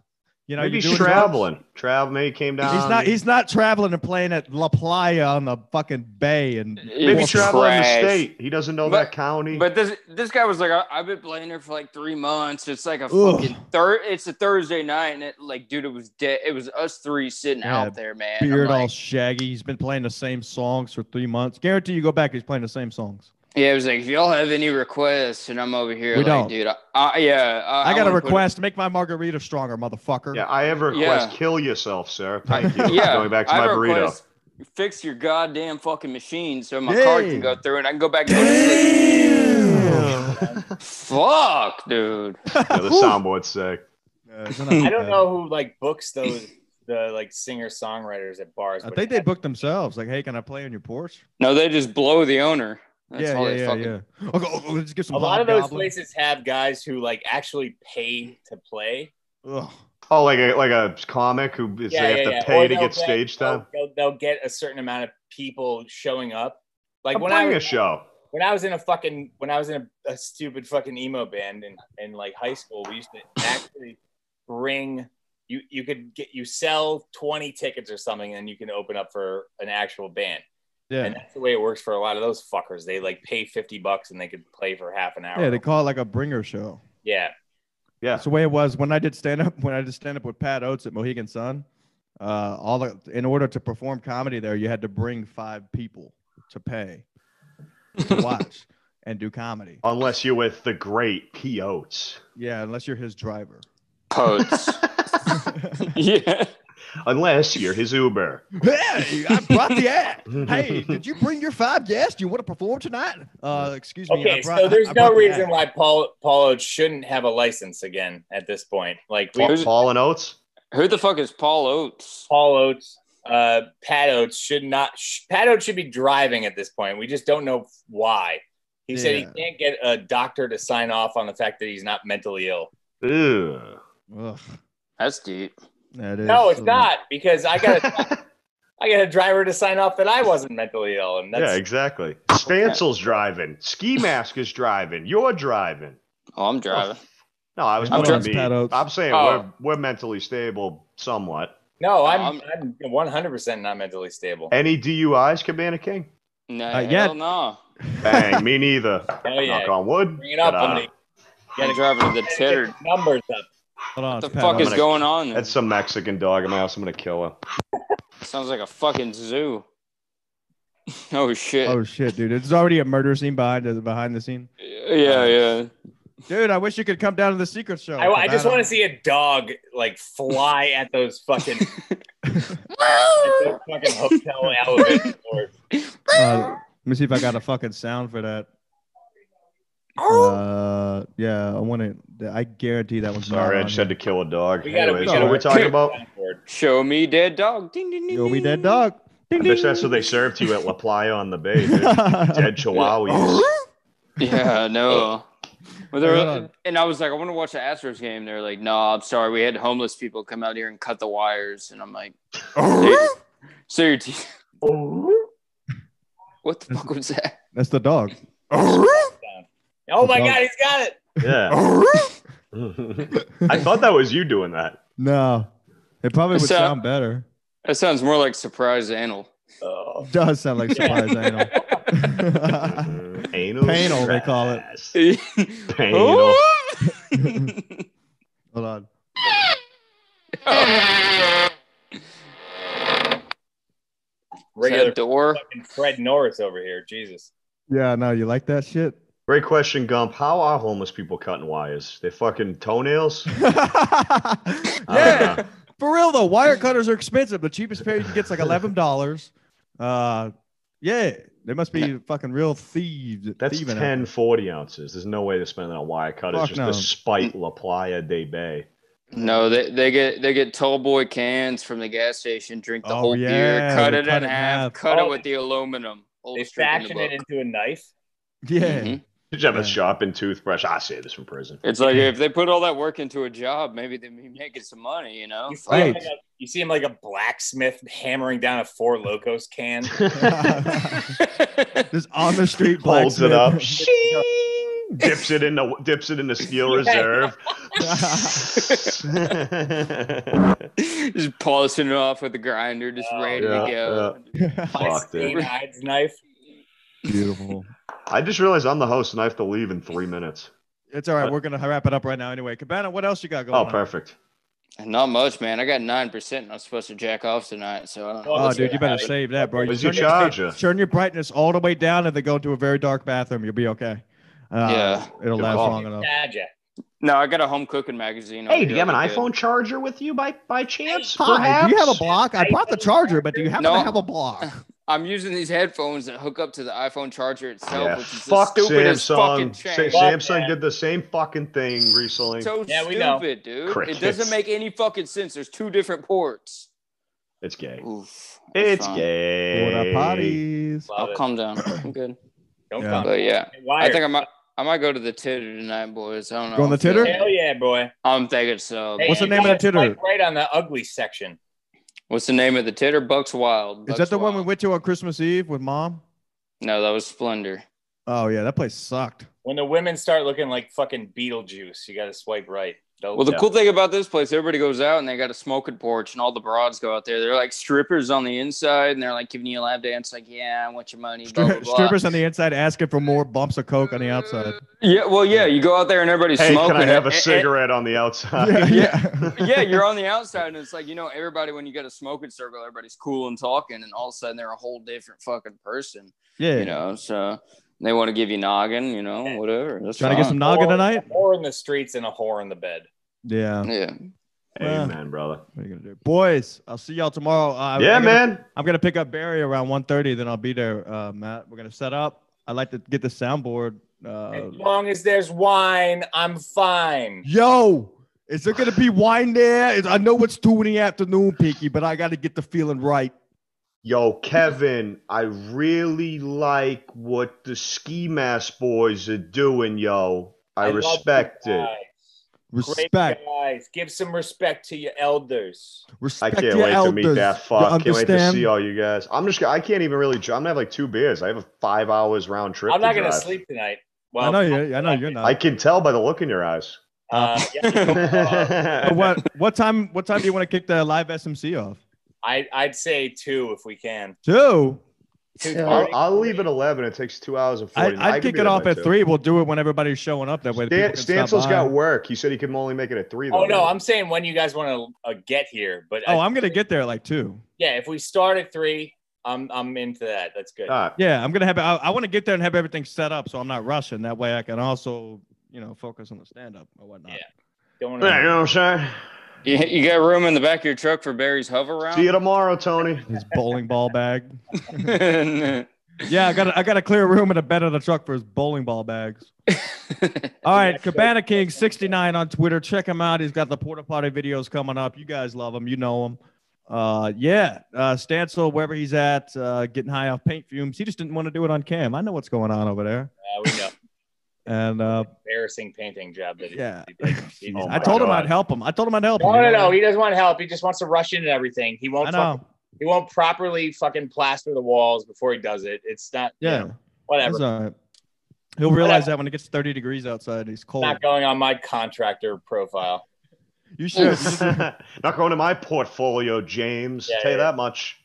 Speaker 2: You know,
Speaker 1: maybe
Speaker 2: you're
Speaker 1: he's
Speaker 2: doing
Speaker 1: traveling. Travel maybe he came
Speaker 2: drugs?
Speaker 1: down.
Speaker 2: He's not he's not traveling and playing at La Playa on the fucking bay and
Speaker 1: maybe
Speaker 5: It's
Speaker 1: traveling the
Speaker 5: trash.
Speaker 1: state. He doesn't know
Speaker 5: But-
Speaker 1: that county.
Speaker 5: But this this guy was like, I, I've been playing her for like three months. It's like a
Speaker 2: Ugh.
Speaker 5: fucking third. It's a Thursday night, and it like, dude, it was dead. It was us three sitting
Speaker 2: Yeah,
Speaker 5: out there, man. I'm
Speaker 2: beard all
Speaker 5: like-
Speaker 2: shaggy. He's been playing the same songs for three months. Guarantee you go back, he's playing the same songs.
Speaker 5: yeah, it was like, if y'all have any requests, and I'm over here,
Speaker 2: We
Speaker 5: like,
Speaker 2: don't.
Speaker 5: dude, I, I yeah, I,
Speaker 2: I, got a
Speaker 5: wanna put-
Speaker 2: request. Make my margarita stronger, motherfucker.
Speaker 1: yeah, I have a request.
Speaker 5: Yeah.
Speaker 1: Kill yourself, sir. Thank you.
Speaker 5: yeah,
Speaker 1: Going back to
Speaker 5: I
Speaker 1: my
Speaker 5: have a
Speaker 1: burrito.
Speaker 5: request, Fix your goddamn fucking machine so my card
Speaker 2: Yay.
Speaker 5: can go through, and I can go back. And go to sleep. Fuck, dude.
Speaker 1: Yeah, the soundboard's sick.
Speaker 2: Yeah, isn't that
Speaker 3: I don't
Speaker 2: bad?
Speaker 3: know who like books those the like singer songwriters at bars.
Speaker 2: I
Speaker 3: but
Speaker 2: think they booked themselves. Like, hey, can I play on your porch?
Speaker 5: No, they just blow the owner. That's
Speaker 2: yeah,
Speaker 5: all
Speaker 2: yeah,
Speaker 5: they
Speaker 2: yeah,
Speaker 5: fucking
Speaker 2: yeah. Okay, oh, let's get some.
Speaker 3: A lot of
Speaker 2: Bob
Speaker 3: those
Speaker 2: Goblin.
Speaker 3: places have guys who like actually pay to play.
Speaker 2: Ugh.
Speaker 1: Oh, like a like a comic who is they have to
Speaker 3: yeah.
Speaker 1: pay
Speaker 3: Or
Speaker 1: to
Speaker 3: they'll
Speaker 1: get stage
Speaker 3: they'll-
Speaker 1: time.
Speaker 3: They'll, they'll get a certain amount of people showing up. Like
Speaker 1: Like
Speaker 3: when I
Speaker 1: bring a
Speaker 3: was,
Speaker 1: show.
Speaker 3: when I was in a fucking when I was in a, a stupid fucking emo band in, in like high school, we used to actually bring you you could get you sell 20 tickets or something and you can open up for an actual band.
Speaker 2: Yeah,
Speaker 3: And that's the way it works for a lot of those fuckers. They like pay 50 bucks and they could play for half an hour.
Speaker 2: yeah. They call it like a bringer show.
Speaker 3: yeah.
Speaker 1: Yeah.
Speaker 2: That's the way it was when I did stand up. When I did stand up with Pat Oates at Mohegan Sun, uh, all the, in order to perform comedy there, you had to bring five people to pay to watch and do comedy.
Speaker 1: Unless you're with the great P. Oates.
Speaker 2: Yeah, unless you're his driver.
Speaker 5: poets. yeah.
Speaker 1: Unless you're his Uber.
Speaker 2: hey, I brought the app. Hey, did you bring your five guests? Do you want to perform tonight? Uh, excuse me. I
Speaker 3: Okay,
Speaker 2: brought-
Speaker 3: so there's
Speaker 2: I
Speaker 3: no
Speaker 2: brought the
Speaker 3: reason
Speaker 2: app.
Speaker 3: why Paul Paulo shouldn't have a license again at this point. Like we
Speaker 1: Paul, Paul and Oates.
Speaker 5: Who the fuck is Paul Oates?
Speaker 3: Paul Oates, uh, Pat Oates should not. Sh- Pat Oates should be driving at this point. We just don't know why. He said he
Speaker 2: Yeah.
Speaker 3: can't get a doctor to sign off on the fact that he's not mentally ill.
Speaker 1: Ew.
Speaker 2: Ugh,
Speaker 5: That's deep.
Speaker 2: that is
Speaker 3: No, it's
Speaker 2: so-
Speaker 3: not because I got a, I got a driver to sign off that I wasn't mentally ill, and
Speaker 1: yeah,
Speaker 3: that's
Speaker 1: exactly. Spansel's driving. Ski Mask is driving. You're driving.
Speaker 5: Oh, I'm driving.
Speaker 1: No, I was
Speaker 2: I'm
Speaker 1: putting me.
Speaker 2: driving. Pat Oates.
Speaker 1: I'm saying
Speaker 5: Oh.
Speaker 1: we're, we're mentally stable somewhat.
Speaker 3: no. I'm
Speaker 5: I'm-
Speaker 3: I'm 100 percent not mentally stable.
Speaker 1: Any DUIs, Cabana King?
Speaker 5: No,
Speaker 2: Uh,
Speaker 5: hell
Speaker 2: yeah.
Speaker 5: no.
Speaker 1: Bang, me neither.
Speaker 3: Hell Oh, yeah.
Speaker 1: Knock on wood.
Speaker 3: Bring it up,
Speaker 1: But, uh,
Speaker 3: buddy.
Speaker 5: I'm driving to the
Speaker 3: Get
Speaker 5: titter.
Speaker 3: the numbers up.
Speaker 2: Hold on,
Speaker 5: What the
Speaker 2: Pat
Speaker 5: fuck
Speaker 2: Oates.
Speaker 5: is
Speaker 1: gonna-
Speaker 5: going on?
Speaker 1: That's some Mexican dog in my house. I'm gonna kill him.
Speaker 5: Sounds like a fucking zoo. oh shit.
Speaker 2: Oh shit, dude! It's already a murder scene behind the behind the scene.
Speaker 5: yeah, yeah.
Speaker 2: Dude, I wish you could come down to the secret show.
Speaker 3: I, I just want to
Speaker 2: see.
Speaker 3: see a dog like fly at those fucking, at those fucking hotel elevator doors.
Speaker 2: Uh, let me see if I got a fucking sound for that.
Speaker 5: Oh.
Speaker 2: Uh, yeah, I want to. I guarantee that one's
Speaker 1: Sorry,
Speaker 2: not
Speaker 1: I
Speaker 2: on
Speaker 1: just had to kill a dog.
Speaker 3: We gotta,
Speaker 1: Anyways,
Speaker 3: we gotta
Speaker 1: what we're talking about?
Speaker 5: Show me dead dog. Ding ding ding.
Speaker 2: here. You'll be dead
Speaker 5: ding.
Speaker 2: dog.
Speaker 1: I
Speaker 2: Ding,
Speaker 1: bet
Speaker 2: ding.
Speaker 1: that's what they served you at La Playa on the Bay. Dude. Dead Chihuahuas.
Speaker 5: Yeah, no. Well, there
Speaker 2: Hold on.
Speaker 5: and I was like, I want to watch the Astros game. They're like, no, I'm sorry. We had homeless people come out here and cut the wires, and I'm like, "So- so your team. What the fuck was that?
Speaker 2: That's the dog.
Speaker 3: Oh my
Speaker 2: The dog.
Speaker 3: god, he's got it!
Speaker 1: Yeah. I thought that was you doing that.
Speaker 2: No, it probably would
Speaker 5: So-
Speaker 2: sound better.
Speaker 5: That sounds more like surprise animal.
Speaker 3: Oh.
Speaker 2: does sound like surprise anal.
Speaker 1: Anal.
Speaker 2: Panal, they call it.
Speaker 1: stress. Panal.
Speaker 5: oh,
Speaker 2: Hold on.
Speaker 3: Regular
Speaker 5: door.
Speaker 3: fucking Fred Norris over here. Jesus.
Speaker 2: Yeah, no, you like that shit?
Speaker 1: Great question, Gump. How are homeless people cutting wires? They fucking toenails?
Speaker 2: yeah,
Speaker 1: know.
Speaker 2: for real though. Wire cutters are expensive. The cheapest pair you can get is like eleven dollars. Uh, yeah, they must be fucking real thieves.
Speaker 1: That's
Speaker 2: thieving out there.
Speaker 1: 10 40 ounces. There's no way to spend that on wire cutters
Speaker 2: Fuck
Speaker 1: just
Speaker 2: no.
Speaker 1: to spite La Playa de Bay.
Speaker 5: No, they, they get they get tall boy cans from the gas station, drink the
Speaker 2: Oh,
Speaker 5: whole
Speaker 2: yeah,
Speaker 5: beer, cut
Speaker 2: they
Speaker 5: it
Speaker 2: cut
Speaker 5: in
Speaker 2: it in
Speaker 5: half,
Speaker 2: half.
Speaker 5: cut
Speaker 3: Oh,
Speaker 5: it with the aluminum.
Speaker 3: They
Speaker 5: Illustrated in the
Speaker 3: faction it
Speaker 5: book.
Speaker 3: into a knife.
Speaker 2: Yeah.
Speaker 5: Mhm.
Speaker 1: Did you have
Speaker 2: Yeah.
Speaker 1: a shopping toothbrush? I say this from prison.
Speaker 5: It's like if they put all that work into a job, maybe they'd be making some money, you know?
Speaker 3: You see, him
Speaker 2: Right.
Speaker 3: like a, you see him like a blacksmith hammering down a four locos can.
Speaker 2: Just on the street,
Speaker 1: Mm-hmm. Holds
Speaker 2: blacksmith.
Speaker 1: it up, shing, dips it in the dips it in the steel reserve.
Speaker 5: just polishing it off with a grinder, just
Speaker 3: Oh,
Speaker 5: ready to
Speaker 1: yeah,
Speaker 5: go.
Speaker 3: My
Speaker 1: Fuck, dude.
Speaker 3: Stain Hides knife.
Speaker 2: Beautiful.
Speaker 1: I just realized I'm the host and I have to leave in three minutes.
Speaker 2: It's all right. We're gonna wrap it up right now. Anyway, Cabana, what else you got going
Speaker 1: Oh,
Speaker 2: on?
Speaker 1: perfect.
Speaker 5: Not much, man. I got nine percent and I'm supposed to jack off tonight, so I don't know.
Speaker 3: Oh,
Speaker 2: Oh,
Speaker 3: let's
Speaker 2: dude,
Speaker 3: see
Speaker 2: you
Speaker 3: what
Speaker 2: better
Speaker 3: happens.
Speaker 2: save that, bro.
Speaker 1: Where's
Speaker 2: You
Speaker 1: your
Speaker 2: turn your-
Speaker 1: charger?
Speaker 2: turn your brightness all the way down and then go to a very dark bathroom. You'll be okay. Uh,
Speaker 5: Yeah.
Speaker 2: It'll
Speaker 1: Good
Speaker 2: last
Speaker 1: call.
Speaker 2: long enough.
Speaker 3: Gadget.
Speaker 5: No, I got a home cooking magazine. over
Speaker 1: Hey, do
Speaker 5: here
Speaker 1: you have an
Speaker 5: I could-
Speaker 1: iPhone charger with you by by chance?
Speaker 2: Hi,
Speaker 1: Perhaps?
Speaker 2: do you have a block? I brought the charger, but do you happen
Speaker 5: No.
Speaker 2: to have a block?
Speaker 5: I'm using these headphones that hook up to the iPhone charger itself,
Speaker 1: Yeah,
Speaker 5: which is
Speaker 1: fuck
Speaker 5: the stupidest fucking
Speaker 1: Samsung. Sa-
Speaker 5: change.
Speaker 1: Samsung
Speaker 3: Fuck
Speaker 1: did the same fucking thing recently.
Speaker 5: so
Speaker 3: Yeah, we
Speaker 5: stupid,
Speaker 3: know.
Speaker 5: dude.
Speaker 1: Crickets.
Speaker 5: It doesn't make any fucking sense. There's two different ports.
Speaker 1: it's gay.
Speaker 5: Oof. that's
Speaker 1: It's
Speaker 5: fine.
Speaker 1: gay.
Speaker 2: Porta potties.
Speaker 3: Love
Speaker 5: I'll
Speaker 3: it.
Speaker 5: calm down. I'm good.
Speaker 3: Don't
Speaker 2: Yeah.
Speaker 3: come.
Speaker 5: But yeah,
Speaker 3: Wire.
Speaker 5: I think I might I might go to the titter tonight, boys. I don't know.
Speaker 2: Going to
Speaker 5: I'm feeling
Speaker 2: titter?
Speaker 5: it.
Speaker 3: Hell yeah, boy.
Speaker 5: I'm thinking so.
Speaker 3: Hey,
Speaker 2: What's the
Speaker 3: you
Speaker 2: name of
Speaker 3: gotta
Speaker 2: the titter?
Speaker 3: swipe Right on the ugly section.
Speaker 5: What's the name of the titter? Bucks Wild.
Speaker 2: Is
Speaker 5: Bucks
Speaker 2: that the one we
Speaker 5: Wild.
Speaker 2: went to on Christmas Eve with mom?
Speaker 5: No, that was Splendor.
Speaker 2: Oh yeah, that place sucked.
Speaker 3: When the women start looking like fucking Beetlejuice, you got to swipe right. They'll-
Speaker 5: Well, the
Speaker 3: Oh, yeah.
Speaker 5: cool thing about this place, everybody goes out and they got a smoking porch, and all the broads go out there. They're like strippers on the inside, and they're like giving you a lap dance, like, "Yeah, I want your money." Blah, blah,
Speaker 2: Stri-
Speaker 5: blah.
Speaker 2: strippers on the inside asking for more bumps of coke on the outside.
Speaker 5: Yeah, well, yeah, you go out there and everybody's
Speaker 1: Hey,
Speaker 5: smoking. Eh,
Speaker 1: can I have
Speaker 5: and-
Speaker 1: a
Speaker 5: and-
Speaker 1: cigarette on the outside?
Speaker 2: yeah,
Speaker 5: and- yeah, you're on the outside, and it's like you know, everybody when you get a smoking circle, everybody's cool and talking, and all of a sudden they're a whole different fucking person,
Speaker 2: yeah.
Speaker 5: you know. So they want to give you noggin, you know, whatever. That's
Speaker 2: Trying to get some
Speaker 5: fine.
Speaker 2: noggin
Speaker 3: Whore-
Speaker 2: tonight?
Speaker 3: a Whore in the streets and a whore in the bed.
Speaker 2: Yeah. What
Speaker 5: Yeah,
Speaker 1: Amen, brother.
Speaker 2: are you gonna do, boys? I'll see y'all tomorrow. Uh,
Speaker 1: yeah,
Speaker 2: I'm gonna-
Speaker 1: man.
Speaker 2: I'm gonna pick up Barry around 1:30. Then I'll be there, uh, Matt. We're gonna set up. I'd like to get the soundboard.
Speaker 3: As
Speaker 2: Uh,
Speaker 3: long as there's wine, I'm fine.
Speaker 2: yo, is there gonna be wine there? Is- I know it's two in the afternoon, Pinky, but I gotta get the feeling right.
Speaker 1: Yo, Kevin, I really like what the ski mask boys are doing, yo. I,
Speaker 3: love you
Speaker 1: respect it.
Speaker 3: guys. Great
Speaker 2: Respect,
Speaker 3: guys. Give some respect to your elders.
Speaker 1: I
Speaker 2: respect
Speaker 1: can't
Speaker 2: your
Speaker 1: wait
Speaker 2: elders.
Speaker 1: to meet that
Speaker 2: You
Speaker 1: fuck. Can't wait to
Speaker 2: understand?
Speaker 1: see all you guys. I'm just I can't even really I'm gonna have like two beers. I have a five hours round trip.
Speaker 3: I'm not
Speaker 1: to
Speaker 3: going to
Speaker 1: drive.
Speaker 3: sleep tonight.
Speaker 2: I know
Speaker 3: Well,
Speaker 2: you. I know you're not.
Speaker 1: I can tell by the look in your eyes.
Speaker 3: uh, yeah,
Speaker 2: But
Speaker 1: All
Speaker 2: what what time what time do you want to kick the live SMC off?
Speaker 3: I, I'd say two if we can.
Speaker 2: Two.
Speaker 3: Two
Speaker 5: Yeah.
Speaker 1: I'll,
Speaker 3: thirty.
Speaker 1: I'll leave at eleven. It takes two hours and
Speaker 2: I,
Speaker 1: forty.
Speaker 2: I'd
Speaker 1: can
Speaker 2: kick
Speaker 1: be
Speaker 2: it
Speaker 1: there
Speaker 2: off
Speaker 1: by
Speaker 2: at
Speaker 1: two.
Speaker 2: three. We'll do it when everybody's showing up. That way,
Speaker 1: Stan-
Speaker 2: the people can
Speaker 1: Stansel's
Speaker 2: stop by.
Speaker 1: got work. He said he could only make it at three. Though.
Speaker 3: Oh no, I'm saying when you guys want to uh, get here, but
Speaker 2: Oh,
Speaker 3: I-
Speaker 2: I'm gonna get there at like two.
Speaker 3: yeah, if we start at three, I'm I'm into that. That's good.
Speaker 1: All right.
Speaker 2: Yeah, I'm gonna have. I, I want to get there and have everything set up, so I'm not rushing. That way, I can also, you know, focus on the stand up or whatnot.
Speaker 3: Yeah. Don't
Speaker 1: Yeah, you
Speaker 3: wanna,
Speaker 1: know what I'm saying.
Speaker 5: you, you got room in the back of your truck for Barry's hover round.
Speaker 1: See you tomorrow, Tony.
Speaker 2: His bowling ball bag.
Speaker 5: All
Speaker 2: Yeah, I got. to I got to clear a room and a bed in the truck for his bowling ball bags.
Speaker 5: uh,
Speaker 2: All right, Cabana King 69 on Twitter. Check him out. He's got the porta potty videos coming up. You guys love him. You know him. Uh, yeah, uh, Stancil, wherever he's at, uh, getting high off paint fumes. He just didn't want to do it on cam. I know what's going on over there.
Speaker 3: uh, we know.
Speaker 2: And uh,
Speaker 3: embarrassing painting job that he-
Speaker 2: yeah,
Speaker 3: he did. He
Speaker 2: Jeez,
Speaker 1: Oh
Speaker 2: I
Speaker 1: my
Speaker 2: told him
Speaker 1: God.
Speaker 2: I'd help him. I told him I'd help
Speaker 3: No,
Speaker 2: him.
Speaker 3: no, no. He doesn't want help. He just wants to rush into everything. He won't.
Speaker 2: I
Speaker 3: Fucking,
Speaker 2: know.
Speaker 3: he won't properly fucking plaster the walls before he does it. It's not. you
Speaker 2: Yeah,
Speaker 3: know, whatever.
Speaker 2: that's all right. He'll realize that when it gets 30 degrees outside and he's cold.
Speaker 3: not going on my contractor profile.
Speaker 2: You should.
Speaker 1: Not going to my portfolio, James.
Speaker 3: Yeah,
Speaker 1: Tell you
Speaker 3: yeah.
Speaker 1: that much.